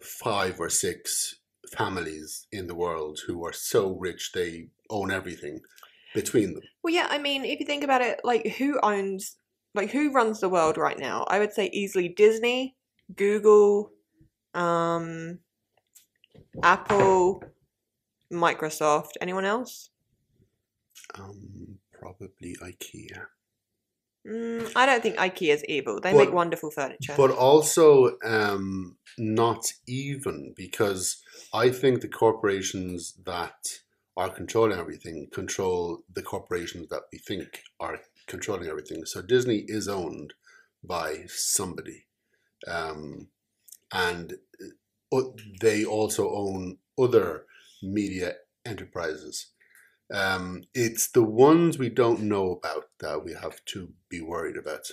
D: five or six families in the world who are so rich they own everything between them
C: Well, yeah, I mean, if you think about it, like who owns, like who runs the world right now? I would say easily Disney, Google, um, Apple, Microsoft. Anyone else?
D: um, probably ikea
C: Mm, I don't think IKEA is evil. They
D: But-
C: make wonderful furniture.
D: But also um, not even because I think the corporations that are controlling everything control the corporations that we think are controlling everything. So Disney is owned by somebody, um, and uh, they also own other media enterprises. Um, it's the ones we don't know about that we have to be worried about.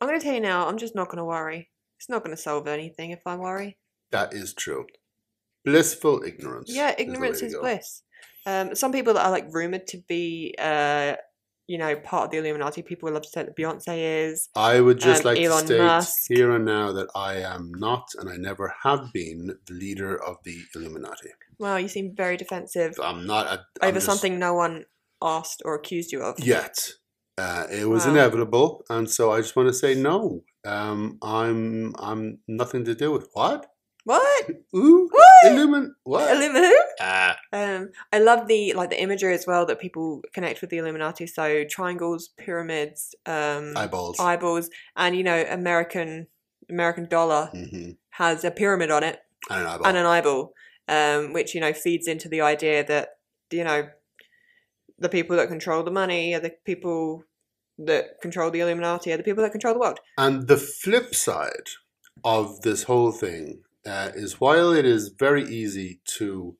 C: I'm going to tell you now, I'm just not going to worry. It's not going to solve anything if I worry.
D: That is true. Blissful ignorance.
C: Yeah,
D: the way
C: ignorance
D: to
C: is
D: go.
C: bliss. Um, some people that are like rumored to be, uh, you know, part of the Illuminati, people love to say that Beyonce is.
D: I would just
C: Um,
D: like
C: Elon
D: to state
C: Musk.
D: here and now that I am not, and I never have been, the leader of the Illuminati.
C: Well, you seem very defensive.
D: I'm not. A, I'm
C: over
D: just-
C: something no one asked or accused you of.
D: yet. Uh, it was
C: Wow.
D: inevitable, and so I just want to say no. Um, I'm I'm nothing to do with what?
C: What?
D: Ooh,
C: What?
D: Illumin what?
C: Illumi-
D: Ah,
C: Um, I love the like the imagery as well that people connect with the Illuminati. So triangles, pyramids, um,
D: eyeballs.
C: eyeballs, and you know American American dollar
D: Mhm.
C: has a pyramid on it
D: And an eyeball.
C: and an eyeball, um, which you know feeds into the idea that you know the people that control the money are the people that control the Illuminati are the people that control the world.
D: And the flip side of this whole thing uh, is while it is very easy to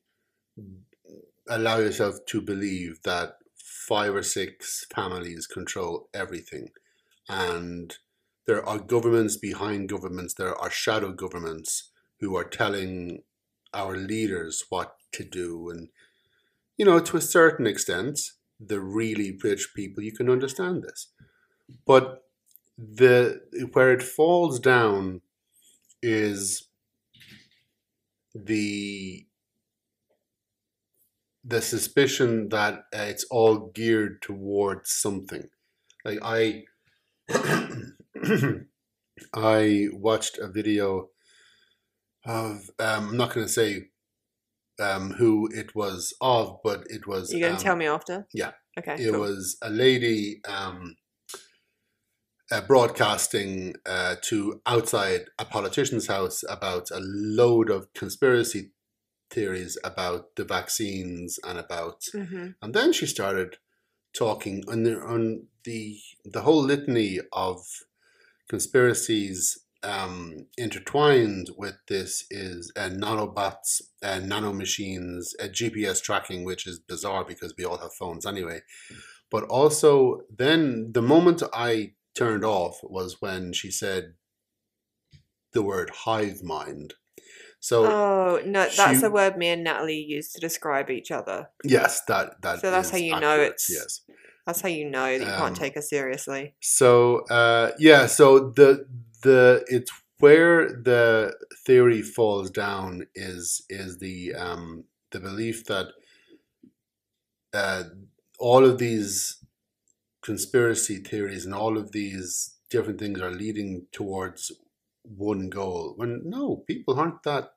D: allow yourself to believe that five or six families control everything, and there are governments behind governments, there are shadow governments who are telling our leaders what to do. And, you know, to a certain extent, the really rich people, you can understand this. But the where it falls down is the the suspicion that uh, it's all geared towards something like i i watched a video of um, i'm not going to say um, who it was of but it was
C: You're going to
D: um,
C: tell me after.
D: yeah.
C: Okay.
D: it
C: cool.
D: was a lady um, uh, broadcasting uh, to outside a politician's house about a load of conspiracy theories about the vaccines and about
C: hmm
D: and then she started talking on the on the the whole litany of conspiracies um, intertwined with this is uh, nanobots, uh, nanomachines, uh, GPS tracking, which is bizarre because we all have phones anyway. But also, then the moment I turned off was when she said the word hive mind. So
C: Oh no, that's
D: she-
C: a word me and Natalie use to describe each other.
D: yes, that that
C: So that's
D: is
C: how you know
D: accurate,
C: it's-
D: yes.
C: That's how you know that you
D: Um,
C: can't take us seriously.
D: So uh, yeah, so the the it's where the theory falls down is is the um, the belief that uh, all of these conspiracy theories and all of these different things are leading towards one goal. When no, people aren't that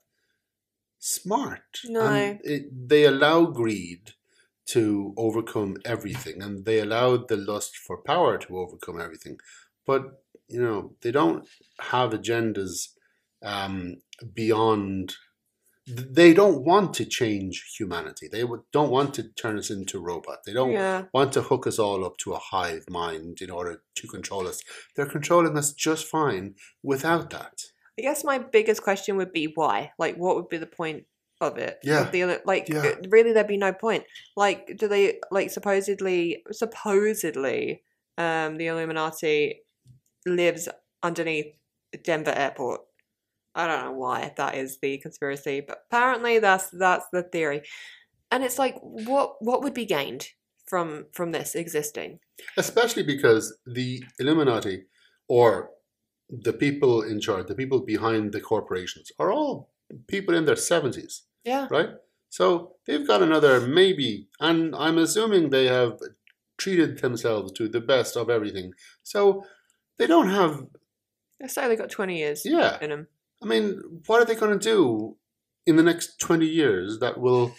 D: smart. And it, they allow greed to overcome everything, and they allow the lust for power to overcome everything. But you know, they don't have agendas um, beyond th- they don't want to change humanity. They would- don't want to turn us into robots. They don't
C: yeah.
D: want to hook us all up to a hive mind in order to control us. They're controlling us just fine without that.
C: I guess my biggest question would be why? Like, what would be the point of it?
D: Yeah.
C: Of the ele- like,
D: Yeah.
C: uh, really, there'd be no point. Like, do they like supposedly, supposedly, um, the Illuminati lives underneath Denver Airport. I don't know why that is the conspiracy, but apparently that's that's the theory. And it's like, what what would be gained from from this existing?
D: Especially because the Illuminati or the people in charge, the people behind the corporations, are all people in their 70s,
C: Yeah.
D: right? So they've got another maybe, and I'm assuming they have treated themselves to the best of everything. So they don't have,
C: They say they got twenty years
D: yeah.
C: in them.
D: I mean, what are they going to do in the next twenty years that will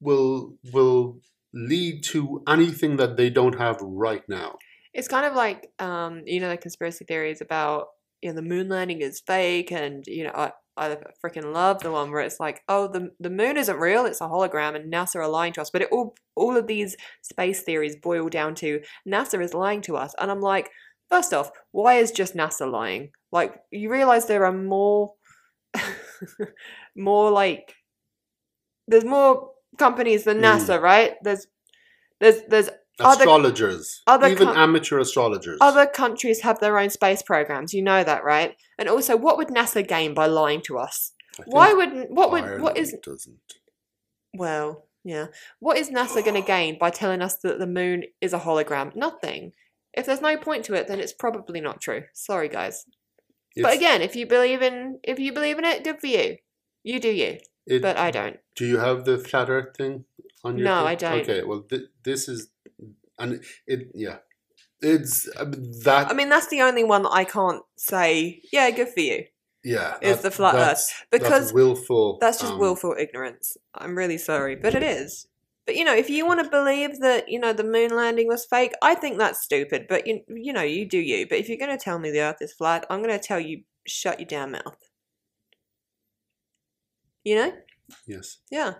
D: will will lead to anything that they don't have right now?
C: It's kind of like um, you know the conspiracy theories about you know the moon landing is fake, and you know I I freaking love the one where it's like oh the the moon isn't real, it's a hologram, and NASA are lying to us. But it all all of these space theories boil down to NASA is lying to us, and I'm like, first off, why is just NASA lying? Like you realize there are more more like there's more companies than
D: Mm.
C: NASA, right? There's there's there's Other-
D: Astrologers,
C: other
D: even
C: com-
D: amateur astrologers.
C: other countries have their own space programs. You know that, right? And also, what would NASA gain by lying to us?
D: I think
C: Why would what would
D: Ireland
C: what is
D: doesn't?
C: well, yeah, what is NASA going to gain by telling us that the moon is a hologram? Nothing. If there's no point to it, then it's probably not true. Sorry, guys. but
D: It's-
C: again, if you believe in if you believe in it, good for you. You do you,
D: it-
C: but I don't.
D: do you have the flat Earth thing on your?
C: No,
D: thing?
C: I don't.
D: Okay, well, th- this is, and it, yeah, it's uh, that.
C: I mean, that's the only one that I can't say. Yeah, good for you,
D: yeah,
C: is
D: that-
C: the flat Earth
D: that's-
C: because
D: that's willful.
C: That's just
D: um,
C: willful ignorance. I'm really sorry, but it is. But you know, if you want to believe that you know the moon landing was fake, I think that's stupid. But you you know you do you. But if you're going to tell me the Earth is flat, I'm going to tell you shut your damn mouth. You know?
D: Yes,
C: Yeah.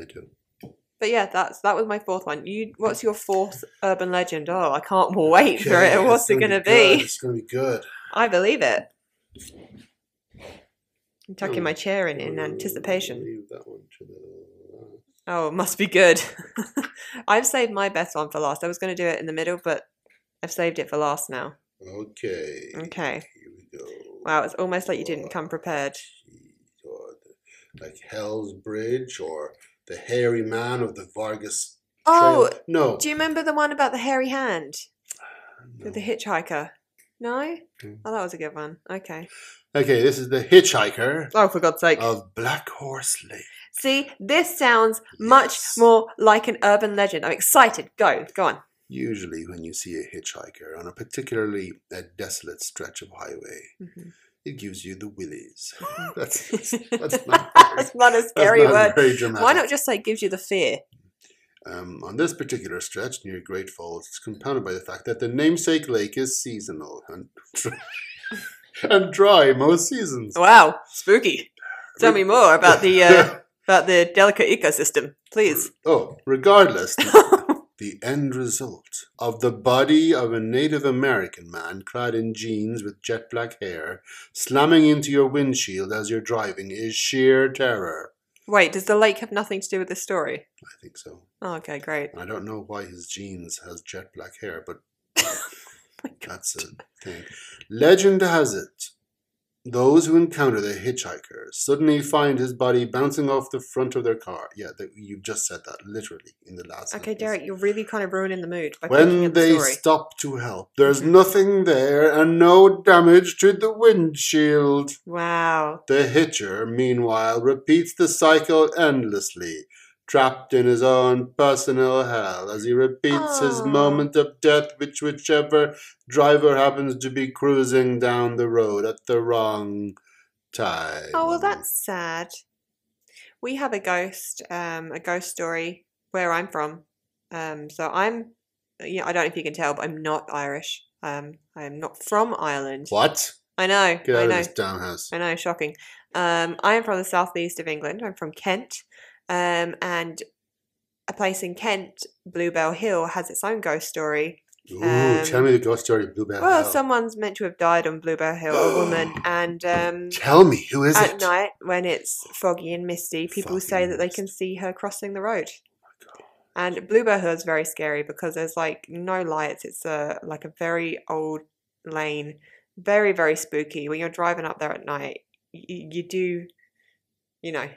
D: I do.
C: But yeah, that's that was my fourth one. You, what's your fourth urban legend? Oh, I can't wait for it.
D: Okay,
C: What's
D: it's
C: it going to
D: good,
C: be?
D: It's gonna be good.
C: I believe it. I'm tucking
D: Hmm.
C: my chair in in
D: Uh,
C: anticipation.
D: Leave that one to the.
C: Oh, it must be good. I've saved my best one for last. I was going to do it in the middle, but I've saved it for last now.
D: Okay.
C: Okay.
D: Here we go. Uh,
C: Wow, it's almost like you didn't come prepared.
D: Or the- like Hell's Bridge or the hairy man of the Vargas.
C: Oh,
D: Trail. no.
C: do you remember the one about the hairy hand
D: No.
C: with
D: Mm.
C: the hitchhiker? No?
D: No.
C: Oh, that was a good one. Okay.
D: okay, this is the hitchhiker
C: Oh, for God's sake.
D: of Black Horse Lake.
C: See, this sounds much
D: Yes.
C: more like an urban legend. I'm excited. Go, go on.
D: Usually, when you see a hitchhiker on a particularly uh, desolate stretch of highway,
C: Mhm.
D: it gives you the willies.
C: Mhm.
D: that's, that's
C: That's
D: not very-
C: not a scary
D: not
C: word.
D: very dramatic.
C: Why not just say gives you the fear?
D: Um, on this particular stretch near Great Falls, it's compounded by the fact that the namesake lake is seasonal and dry, and dry most seasons.
C: Wow, spooky. Tell me more about the uh, about the delicate ecosystem, please.
D: oh, regardless, the, the end result of the body of a Native American man clad in jeans with jet black hair slamming into your windshield as you're driving is sheer terror.
C: Wait, does the lake have nothing to do with this story?
D: I think so.
C: Oh, okay, great.
D: I don't know why his jeans has jet black hair, but that's a thing. Legend has it, those who encounter the hitchhiker suddenly find his body bouncing off the front of their car. Yeah, that you've just said that literally in the last.
C: Okay,
D: sentence.
C: Derek, you're really kind of ruining the mood by picking
D: When
C: up the
D: they
C: story. Mm-hmm.
D: stop to help, there's nothing there and no damage to the windshield.
C: wow.
D: The hitcher, meanwhile, repeats the cycle endlessly, trapped in his own personal hell as he repeats his
C: Aw.
D: moment of death, which whichever driver happens to be cruising down the road at the wrong time.
C: Oh well, that's sad. We have a ghost, um, a ghost story where I'm from. Um, so I'm, yeah, I don't know if you can tell, but I'm not Irish. Um, I'm not from Ireland.
D: what
C: I know.
D: Get out
C: I
D: of
C: know.
D: this damn house.
C: I know, shocking. Um, I am from the southeast of England. I'm from Kent, um, and a place in Kent, Bluebell Hill, has its own ghost story.
D: Ooh,
C: Um,
D: tell me the ghost story of Bluebell
C: Well,
D: Hill.
C: someone's meant to have died on Bluebell Hill, a woman, and um,
D: Tell me, who is
C: at
D: it?
C: night when it's foggy and misty, people
D: Foggy
C: say
D: and Oh
C: that they can see her crossing the road. And Bluebell Hill is very scary because there's like no lights. It's a like a very old lane, very very spooky. When you're driving up there at night, you, you do, you know,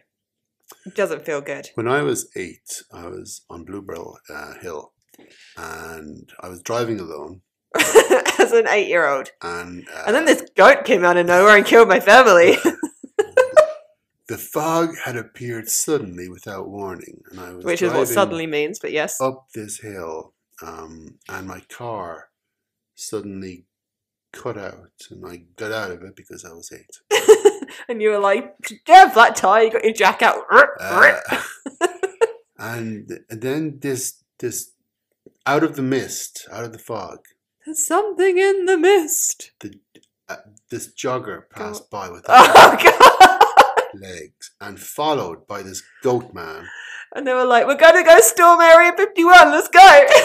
C: it doesn't feel good.
D: When I was eight, I was on Bluebell uh, Hill, and I was driving alone.
C: As an eight year old,
D: And uh,
C: and then this goat came out of nowhere and killed my family.
D: the fog had appeared suddenly without warning, and I was
C: Which is what
D: driving Oh.
C: suddenly means, but yes.
D: up this hill, um, and my car suddenly cut out, and I got out of it because I was eight.
C: and you were like, yeah, black tie, you got your jack out.
D: Uh, and then this this out of the mist, out of the fog,
C: There's something in the mist.
D: this jogger passed by with
C: Oh, God.
D: legs and followed by this goat man.
C: And they were like, we're going to go storm Area 51, let's go.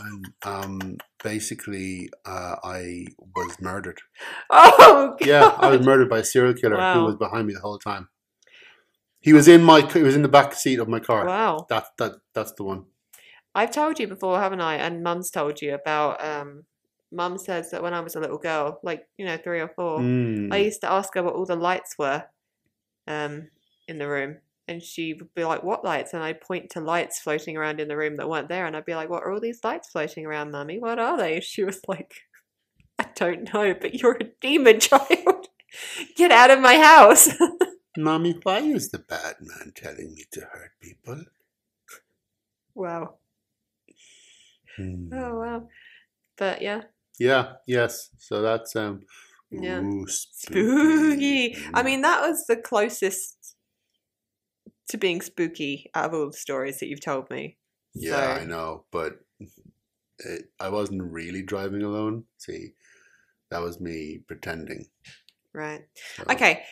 D: And um, basically, uh, I was murdered.
C: oh, God.
D: Yeah, I was murdered by a serial killer who
C: Wow.
D: was behind me the whole time. He was in my. He was in the back seat of my car.
C: Wow.
D: That that that's the one.
C: I've told you before, haven't I? And mum's told you about, um, mum says that when I was a little girl, like, you know, three or four,
D: Mm.
C: I used to ask her what all the lights were um, in the room. And she would be like, What lights? And I'd point to lights floating around in the room that weren't there. And I'd be like, What are all these lights floating around, mummy? What are they? She was like, I don't know, but you're a demon child. Get out of my house.
D: Mommy, why is the bad man telling me to hurt people?
C: wow.
D: Hmm.
C: Oh, wow. But yeah.
D: Yeah. Yes. So that's um.
C: Yeah.
D: ooh,
C: Spooky. I
D: Mm.
C: mean, that was the closest to being spooky out of all the stories that you've told me.
D: Yeah,
C: So-
D: I know, but it, I wasn't really driving alone. See, that was me pretending.
C: Right.
D: so-
C: Okay.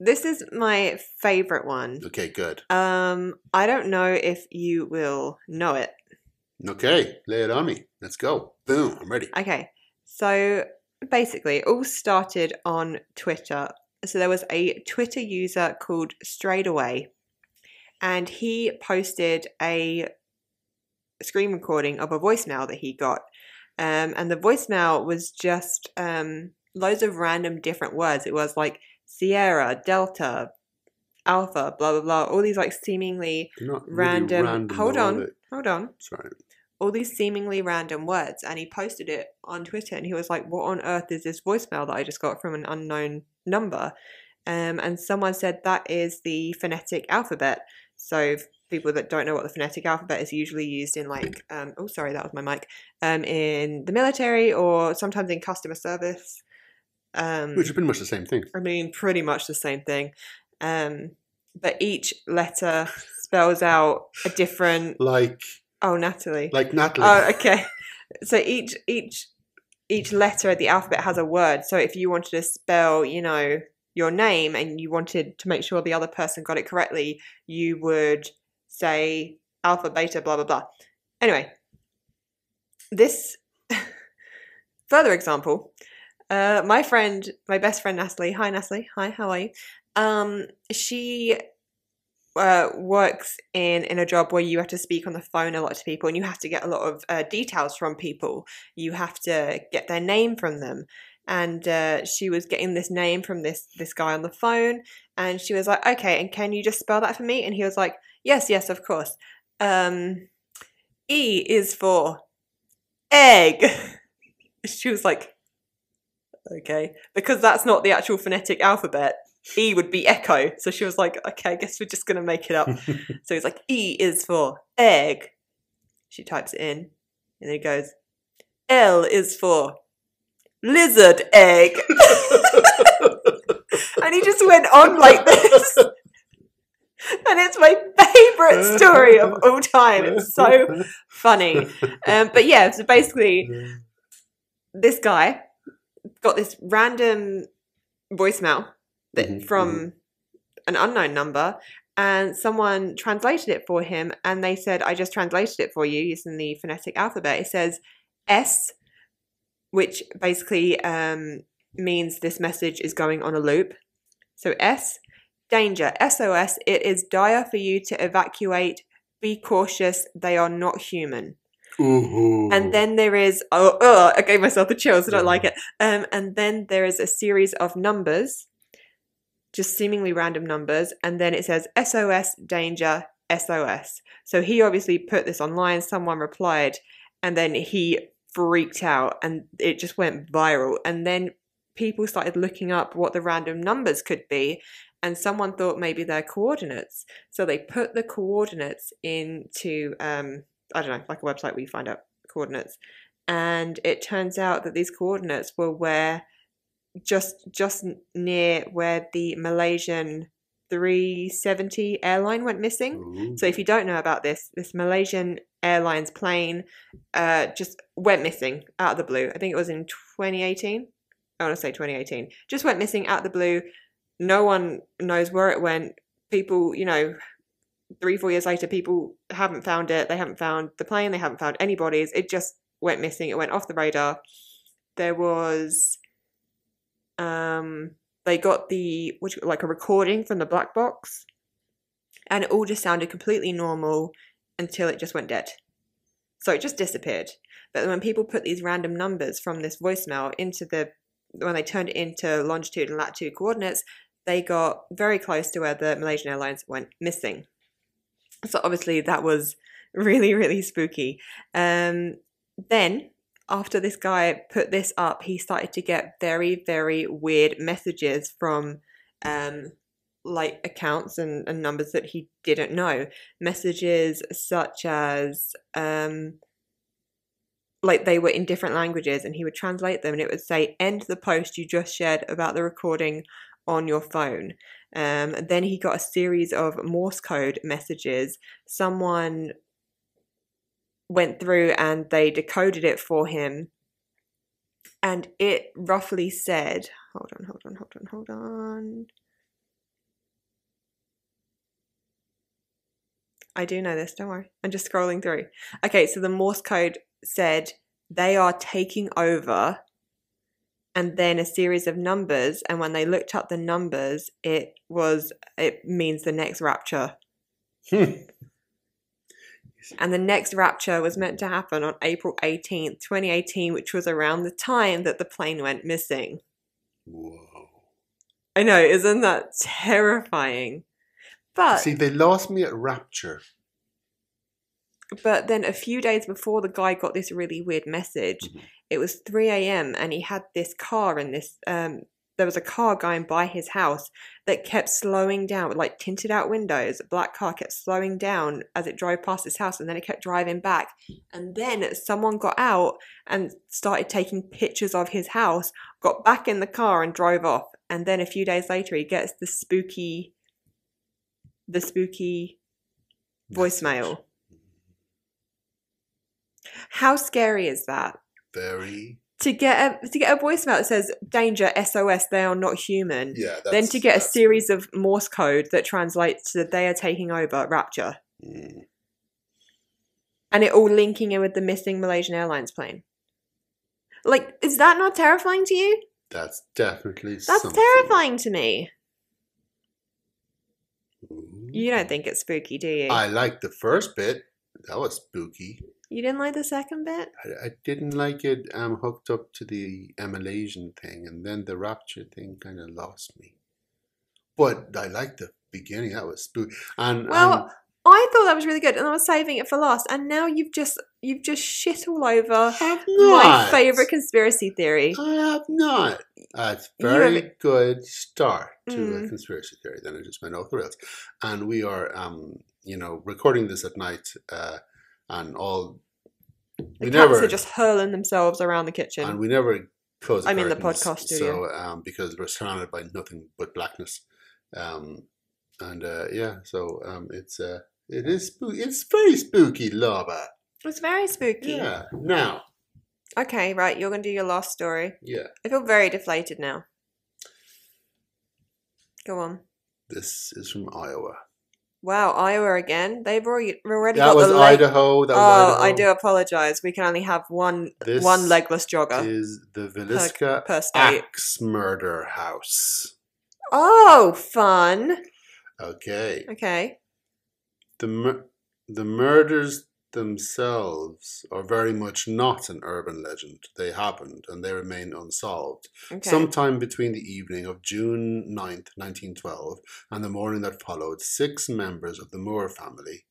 C: This is my favorite one.
D: Okay, good.
C: Um, I don't know if you will know it.
D: Okay, lay it on me. Let's go. Boom, I'm ready.
C: Okay. So basically, it all started on Twitter. So there was a Twitter user called Straightaway, and he posted a screen recording of a voicemail that he got. Um, and the voicemail was just um, loads of random different words. It was like Sierra, Delta, Alpha, blah, blah, blah. All these like seemingly
D: They're not really
C: random. hold
D: though, are
C: on.
D: they?
C: Hold on
D: Sorry.
C: all these seemingly random words and he posted it on Twitter and he was like, What on earth is this voicemail that I just got from an unknown number? Um, and someone said that is the phonetic alphabet. So f- people that don't know what the phonetic alphabet is usually used in like um, oh sorry, that was my mic. Um, in the military or sometimes in customer service. Um,
D: Which is pretty much the same thing.
C: I mean, pretty much the same thing. Um, but each letter spells out a different
D: Like,
C: oh Natalie.
D: like Natalie.
C: Oh, okay. So each each each letter of the alphabet has a word. So if you wanted to spell, you know, your name and you wanted to make sure the other person got it correctly, you would say alpha, beta, blah blah blah. Anyway, this further example. Uh, my friend, my best friend Natalie. Hi Natalie. Hi, how are you? Um, she uh, works in in a job where you have to speak on the phone a lot to people and you have to get a lot of uh, details from people you have to get their name from them and uh, she was getting this name from this this guy on the phone and she was like okay and can you just spell that for me and he was like yes yes of course um e is for egg she was like okay because that's not the actual phonetic alphabet E would be echo. So she was like, okay, I guess we're just going to make it up. so he's like, E is for egg. She types it in and then he goes, L is for lizard egg. and he just went on like this. And it's my favorite story of all time. It's so funny. Um, but yeah, so basically, this guy got this random voicemail that,
D: Mhm,
C: from an unknown number, and someone translated it for him, and they said, "I just translated it for you using the phonetic alphabet." It says S, which basically um, means this message is going on a loop. So S, danger, SOS. It is dire for you to evacuate. Be cautious. They are not human.
D: mm-hmm. Ooh.
C: And then there is oh, oh I gave myself the chills. I don't like
D: Yeah.
C: it. Um, and then there is a series of numbers, just seemingly random numbers, and then it says SOS danger SOS. So he obviously put this online. Someone replied, and then he freaked out, and it just went viral. And then people started looking up what the random numbers could be. And someone thought maybe they're coordinates. So they put the coordinates into, um, I don't know, like a website where you find out coordinates and it turns out that these coordinates were where just just n- near where the Malaysian 370 airline went missing
D: Ooh.
C: so if you don't know about this, this Malaysian Airlines plane uh, just went missing out of the blue. I think it was in 2018. I want to say 2018. Just went missing out of the blue. No one knows where it went. People, you know, three, four years later, people haven't found it. They haven't found the plane. They haven't found any bodies. It just went missing. It went off the radar. There was, um, they got the, what do you, like a recording from the black box and it all just sounded completely normal until it just went dead. So it just disappeared. But when people put these random numbers from this voicemail into the when they turned it into longitude and latitude coordinates, they got very close to where the Malaysian Airlines went missing. So obviously that was really really spooky. Um, then after this guy put this up, he started to get very very weird messages from um, like accounts and, and numbers that he didn't know. Messages such as um like they were in different languages and he would translate them and it would say end the post you just shared about the recording on your phone. Um then he got a series of Morse code messages. Someone went through and they decoded it for him and it roughly said hold on hold on hold on hold on I do know this, don't worry. I'm just scrolling through. Okay, so the Morse code said they are taking over and then a series of numbers and when they looked up the numbers it was it means the next rapture. Uh,
D: Hmm.
C: And the next rapture was meant to happen on April 18th, 2018, which was around the time that the plane went missing.
D: Whoa.
C: I know, isn't that terrifying? But
D: See, they lost me at Rapture.
C: But then a few days before the guy got this really weird message,
D: Mhm.
C: it was 3 a.m. and he had this car and this, um, there was a car going by his house that kept slowing down with like tinted out windows. A black car kept slowing down as it drove past his house and then it kept driving back. And then someone got out and started taking pictures of his house, got back in the car and drove off. And then a few days later, he gets the spooky, the spooky voicemail. How scary is that?
D: Very.
C: To get a to get a voicemail that says "Danger, SOS, they are not human."
D: Yeah. That's,
C: then to get a
D: that's-
C: series of Morse code that translates to "They are taking over, Rapture,"
D: Mm.
C: and it all linking in with the missing Malaysian Airlines plane. Like, is that not terrifying to you?
D: That's definitely
C: That's
D: something.
C: terrifying to me.
D: Ooh.
C: You don't think it's spooky, do you?
D: Mm-hmm. Mm. I liked the first bit. That was spooky.
C: you didn't like the second bit?
D: I, I didn't like it um, hooked up to the emulation thing, and then the rapture thing kind of lost me. But I liked the beginning. That was spooky. And um,
C: Well,
D: and
C: I thought that was really good, and I was saving it for last. And now you've just you've just shit all over
D: have
C: uh, my
D: not.
C: favorite conspiracy theory.
D: I have not. That's
C: You
D: very
C: have-
D: good start to
C: Mm.
D: a conspiracy theory. Then it just went off the rails, and we are, um, you know, recording this at night, uh, and all.
C: The
D: We
C: cats
D: never
C: are just hurling themselves around the kitchen.
D: and we never close.
C: I'm in the
D: curtains,
C: podcast studio.
D: so um, because we're surrounded by nothing but blackness, um, and uh, yeah, so um, it's uh, it is spoo- it's very spooky lava.
C: It's very spooky.
D: Yeah, now
C: Okay, right, you're going to do your last story.
D: yeah,
C: I feel very deflated now. Go on.
D: This is from Iowa.
C: Wow, Iowa again. They've already already
D: That
C: got
D: was
C: the leg.
D: Idaho. That
C: oh,
D: was Idaho.
C: I do apologize. We can only have one
D: This
C: one legless jogger
D: Is ah. the Villisca
C: per state.
D: Axe Murder House.
C: Oh, fun.
D: Okay.
C: Okay.
D: The mur- the murders themselves are very much not an urban legend. They happened and they remain unsolved.
C: Okay.
D: Sometime between the evening of June 9th, 1912, and the morning that followed, six members of the Moore family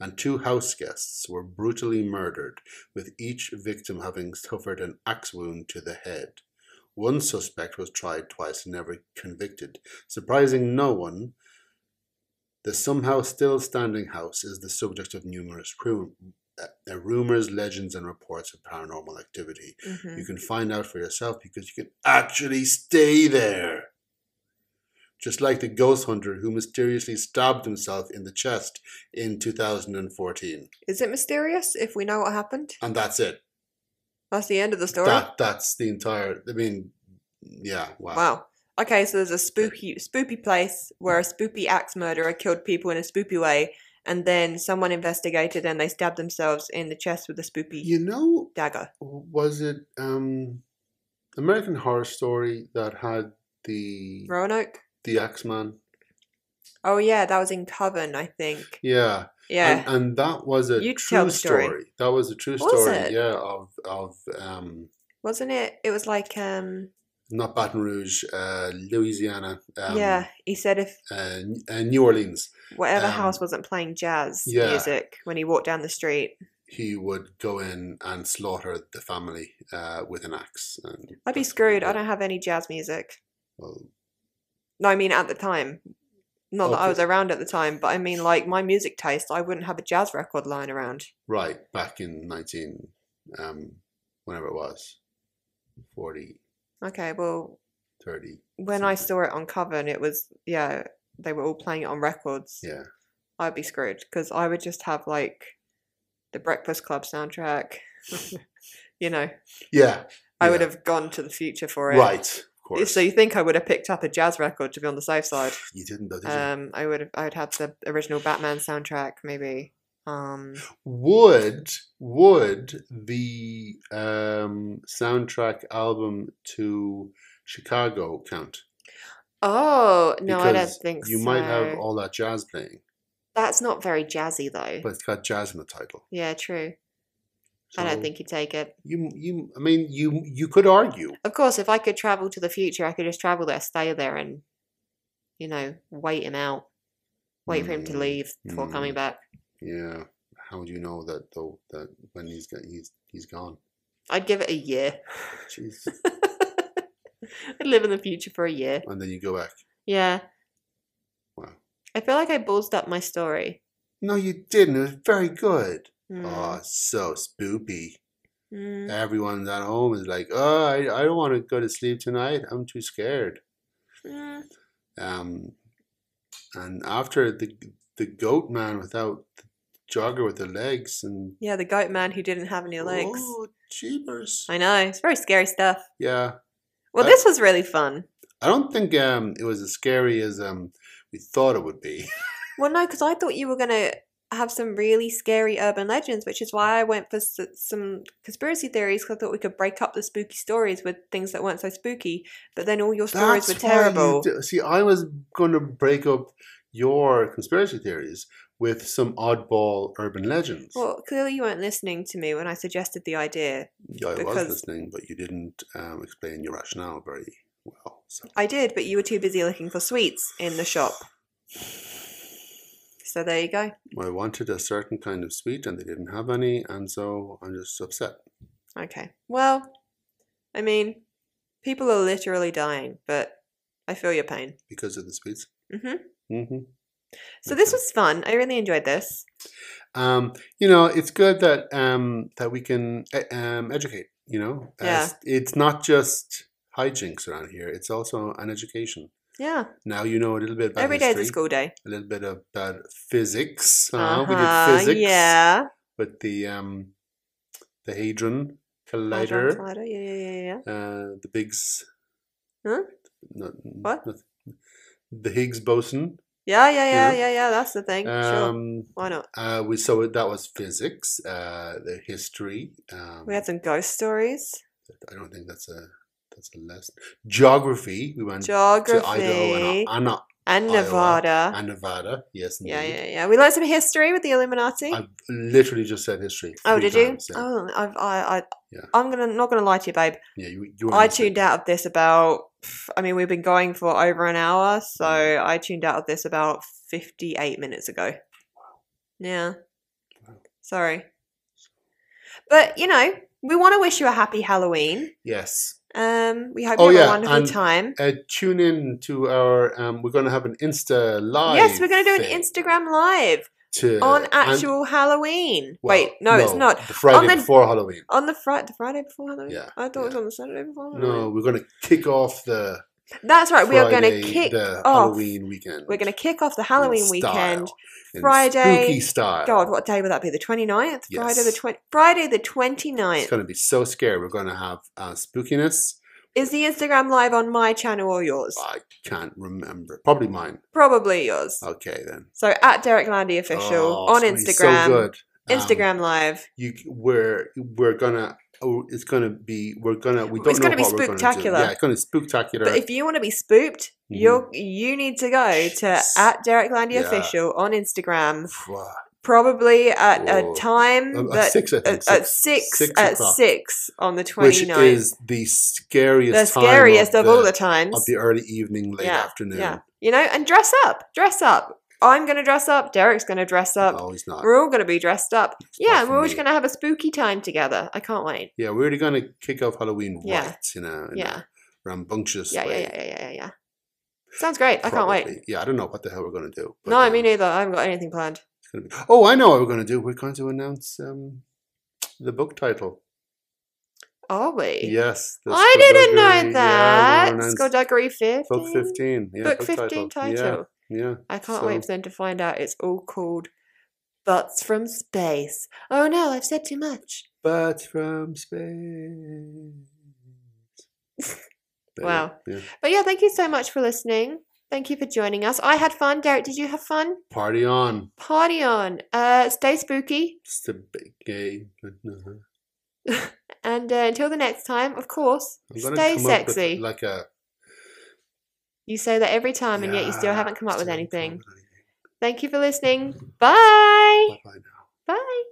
D: and two house guests were brutally murdered, with each victim having suffered an axe wound to the head. One suspect was tried twice and never convicted. Surprising no one, the somehow still standing house is the subject of numerous ru- uh, rumors, legends, and reports of paranormal activity.
C: Mhm.
D: You can find out for yourself because you can actually stay there. Just like the ghost hunter who mysteriously stabbed himself in the chest in 2014.
C: Is it mysterious if we know what happened?
D: And that's it.
C: That's the end of the story.
D: That that's the entire I mean yeah, wow.
C: Wow. Okay, so there's a spooky spoopy place where a spoopy axe murderer killed people in a spoopy way, and then someone investigated and they stabbed themselves in the chest with a spoopy
D: You know,
C: dagger.
D: was it um American Horror Story that had the
C: Roanoke?
D: the Axeman?
C: Oh yeah, that was in Coven, I think.
D: Yeah.
C: Yeah.
D: And, and that was a
C: You tell
D: true
C: the story.
D: story. That was a true
C: Was
D: story,
C: it?
D: yeah, of of um
C: Wasn't it it was like um
D: not Baton Rouge, uh, Louisiana, um,
C: yeah, he said if
D: uh, N- uh, New Orleans.
C: whatever
D: um,
C: house wasn't playing jazz
D: yeah.
C: music when he walked down the street.
D: He would go in and slaughter the family uh, with an axe. And
C: I'd be
D: that's what he
C: screwed. I
D: did.
C: don't have any jazz music.
D: Well,
C: No, I mean at the time. Not that I
D: Okay.
C: was around at the time, but I mean like my music taste, I wouldn't have a jazz record lying around.
D: right back in nineteen, um, whenever it was, 40,
C: Okay, well
D: 30.
C: when I
D: something.
C: saw it on Coven, it was yeah, they were all playing it on records.
D: Yeah,
C: I'd be screwed because I would just have like the Breakfast Club soundtrack. you know,
D: yeah,
C: I would
D: yeah,
C: have gone to the future for it.
D: right. Of
C: Y-
D: course,
C: So you think I would have picked up a jazz record to be on the safe side?
D: you didn't though, did you?
C: Um, I would have. I would have the original Batman soundtrack, maybe. Um,
D: Would would the um, soundtrack album to Chicago count?
C: oh no, I don't
D: Because
C: think
D: you
C: so.
D: might have all that jazz playing,
C: That's not very jazzy though.
D: but it's got jazz in the title.
C: yeah, true. I don't
D: So
C: think you take it.
D: you you. I mean, you you could argue.
C: Of course, if I could travel to the future, I could just travel there, stay there, and you know, wait him out, wait for him to
D: Mm,
C: leave before coming
D: mm.
C: back.
D: Yeah. How do you know that though? That when he's go- he's he's gone.
C: I'd give it a year.
D: Jeez.
C: I'd live in the future for a year.
D: and then you go back.
C: Yeah.
D: Wow.
C: I feel like I ballsed up my story.
D: No, you didn't. It was very good.
C: Mm.
D: Oh, so spoopy.
C: Mm.
D: Everyone at home is like, oh, I, I don't want to go to sleep tonight. I'm too scared.
C: Mm.
D: Um, and after the the goat man without the jogger with the legs and
C: Yeah, the goat man who didn't have any legs.
D: Oh, jeepers.
C: I know. It's very scary stuff.
D: Yeah.
C: Well,
D: I-
C: this was really fun.
D: I don't think um, it was as scary as um, we thought it would be.
C: Well, no, because I thought you were going to have some really scary urban legends, which is why I went for s- some conspiracy theories because I thought we could break up the spooky stories with things that weren't so spooky. But then all your stories were
D: why you
C: terrible.
D: do- See, I was going to break up your conspiracy theories with some oddball urban legends.
C: Well, clearly you weren't listening to me when I suggested the idea.
D: yeah, I was
C: because-
D: listening, but you didn't um, explain your rationale very well. So.
C: I did, but you were too busy looking for sweets in the shop. So there you go.
D: I wanted a certain kind of sweet, and they didn't have any, and so I'm just upset.
C: Okay. Well, I mean, people are literally dying, but I feel your pain.
D: because of the speeds.
C: Mhm.
D: Mm-hmm. Mm-hmm.
C: So this was fun. I really enjoyed this.
D: um, you know, it's good that um that we can e- um educate. You know,
C: Yeah.
D: As- it's not just hijinks around here; it's also an education.
C: Yeah.
D: Now you know a little bit about
C: Every day's
D: history,
C: a school day.
D: a little bit about physics. Uh,
C: Uh-huh,
D: We did physics
C: Yeah.
D: with the um the hadron
C: Hadron
D: collider,
C: Collider, Yeah, yeah, yeah, yeah.
D: uh, the Biggs.
C: Huh?
D: No,
C: What?
D: noth- the Higgs boson.
C: Yeah, yeah, yeah,
D: Yeah.
C: yeah, yeah. That's the thing. sure.
D: Um,
C: Why not?
D: uh, we so that was physics, uh, the history. Um,
C: We had some ghost stories.
D: I don't think that's a that's a lesson. Geography. We went
C: Geography.
D: to Idaho and, and, uh,
C: and
D: Iowa.
C: Nevada.
D: and Nevada. Yes, indeed.
C: yeah, yeah, yeah. We learned some history with the Illuminati.
D: I've literally just said history.
C: oh,
D: three
C: did you?
D: times, Yeah,
C: Oh, I've, I, I,
D: Yeah.
C: I'm gonna not gonna lie to you, babe.
D: yeah you, you
C: Oh, I
D: understand.
C: tuned out of this about. I mean, we've been going for over an hour, so
D: Mm.
C: I tuned out of this about 58 minutes ago. Yeah. Sorry. But you know, we want to wish you a happy Halloween.
D: Yes.
C: Um, we hope
D: Oh,
C: you have
D: yeah,
C: a wonderful
D: and-
C: time.
D: Uh, tune in to our. Um, we're going to have an Insta live.
C: Yes, we're going to do an
D: thing
C: Instagram live
D: to-
C: on
D: and-
C: actual Halloween.
D: well,
C: Wait, no, it's not.
D: The Friday
C: the-
D: before Halloween.
C: On the Friday, the Friday before Halloween.
D: Yeah,
C: I thought it was
D: yeah.
C: on the Saturday before.
D: No,
C: Halloween.
D: we're going to kick off the.
C: that's Oh. right. we are going to
D: Friday,
C: kick
D: the
C: off.
D: Halloween weekend.
C: We're going to kick off the
D: in
C: Halloween
D: style,
C: weekend.
D: in
C: Friday-
D: Spooky style.
C: God, what day would that be? The 29th? Friday the
D: Yes.
C: 20 Friday the
D: It's
C: 29th.
D: going to be so scary. We're going to have uh, spookiness.
C: Is the Instagram live on my channel or yours?
D: I can't remember. Probably mine.
C: Probably yours.
D: Okay then.
C: So at Derek Landy official
D: Uh, Oh,
C: on
D: it's
C: Instagram.
D: gonna be so good. Um,
C: Instagram live.
D: you we're we're gonna oh, it's gonna be we're gonna we don't
C: It's
D: know
C: gonna be
D: what we're gonna do.
C: spooktacular.
D: Yeah, it's gonna be spooktacular.
C: But if you want to be spooked, you're you need to go to
D: Mm-hmm. Jeez.
C: at Derek Landy
D: Yeah.
C: official on Instagram.
D: Fuck.
C: Probably at
D: Whoa.
C: a time
D: At- at
C: that
D: six, I think,
C: at, at Mm,
D: six.
C: six,
D: Six
C: at
D: o'clock.
C: six on the
D: which
C: 29th.
D: is the scariest
C: the
D: time
C: scariest of,
D: the,
C: all the times.
D: of the early evening, late
C: Yeah,
D: afternoon.
C: Yeah. You know, and dress up. Dress up. I'm going to dress up. Derek's going to dress up.
D: No, he's not.
C: We're all going to be dressed up. Yeah,
D: for
C: we're all
D: me.
C: just going to have a spooky time together. I can't wait.
D: Yeah, we're already gonna kick off Halloween
C: Yeah.
D: right in a, in
C: Yeah.
D: a rambunctious
C: Yeah, yeah,
D: way.
C: yeah, yeah, yeah, yeah, yeah. Sounds great. I can't wait.
D: probably. Yeah, I don't know what the hell we're gonna do. but,
C: No, I
D: um,
C: mean neither. I haven't got anything planned.
D: it's gonna be- Oh, I know what we're gonna do. We're going to announce um, the book title.
C: Are we?
D: Yes, the
C: I didn't know
D: Skullduggery- yeah,
C: that.
D: we're gonna announce
C: Skullduggery 15.
D: Book fifteen. Yeah,
C: Book 15 title.
D: Yeah, Yeah.
C: I can't
D: So-
C: wait for them to find out it's all called Butts from Space. Oh no, I've said too much.
D: But from space. There you-
C: Wow.
D: Yeah.
C: But yeah, thank you so much for listening. Thank you for joining us. I had fun. Derek, did you have fun?
D: Party on.
C: Party on. Uh, stay spooky.
D: It's the big game. Uh-huh. I'm
C: And uh, until the next time, of course,
D: gonna
C: stay
D: come up with,
C: sexy.
D: like a.
C: you say that every time, and yet you still
D: Yeah,
C: haven't come up with
D: still haven't
C: anything.
D: come up with
C: Thank you for listening. Bye.
D: anything. Bye-bye now.
C: Bye.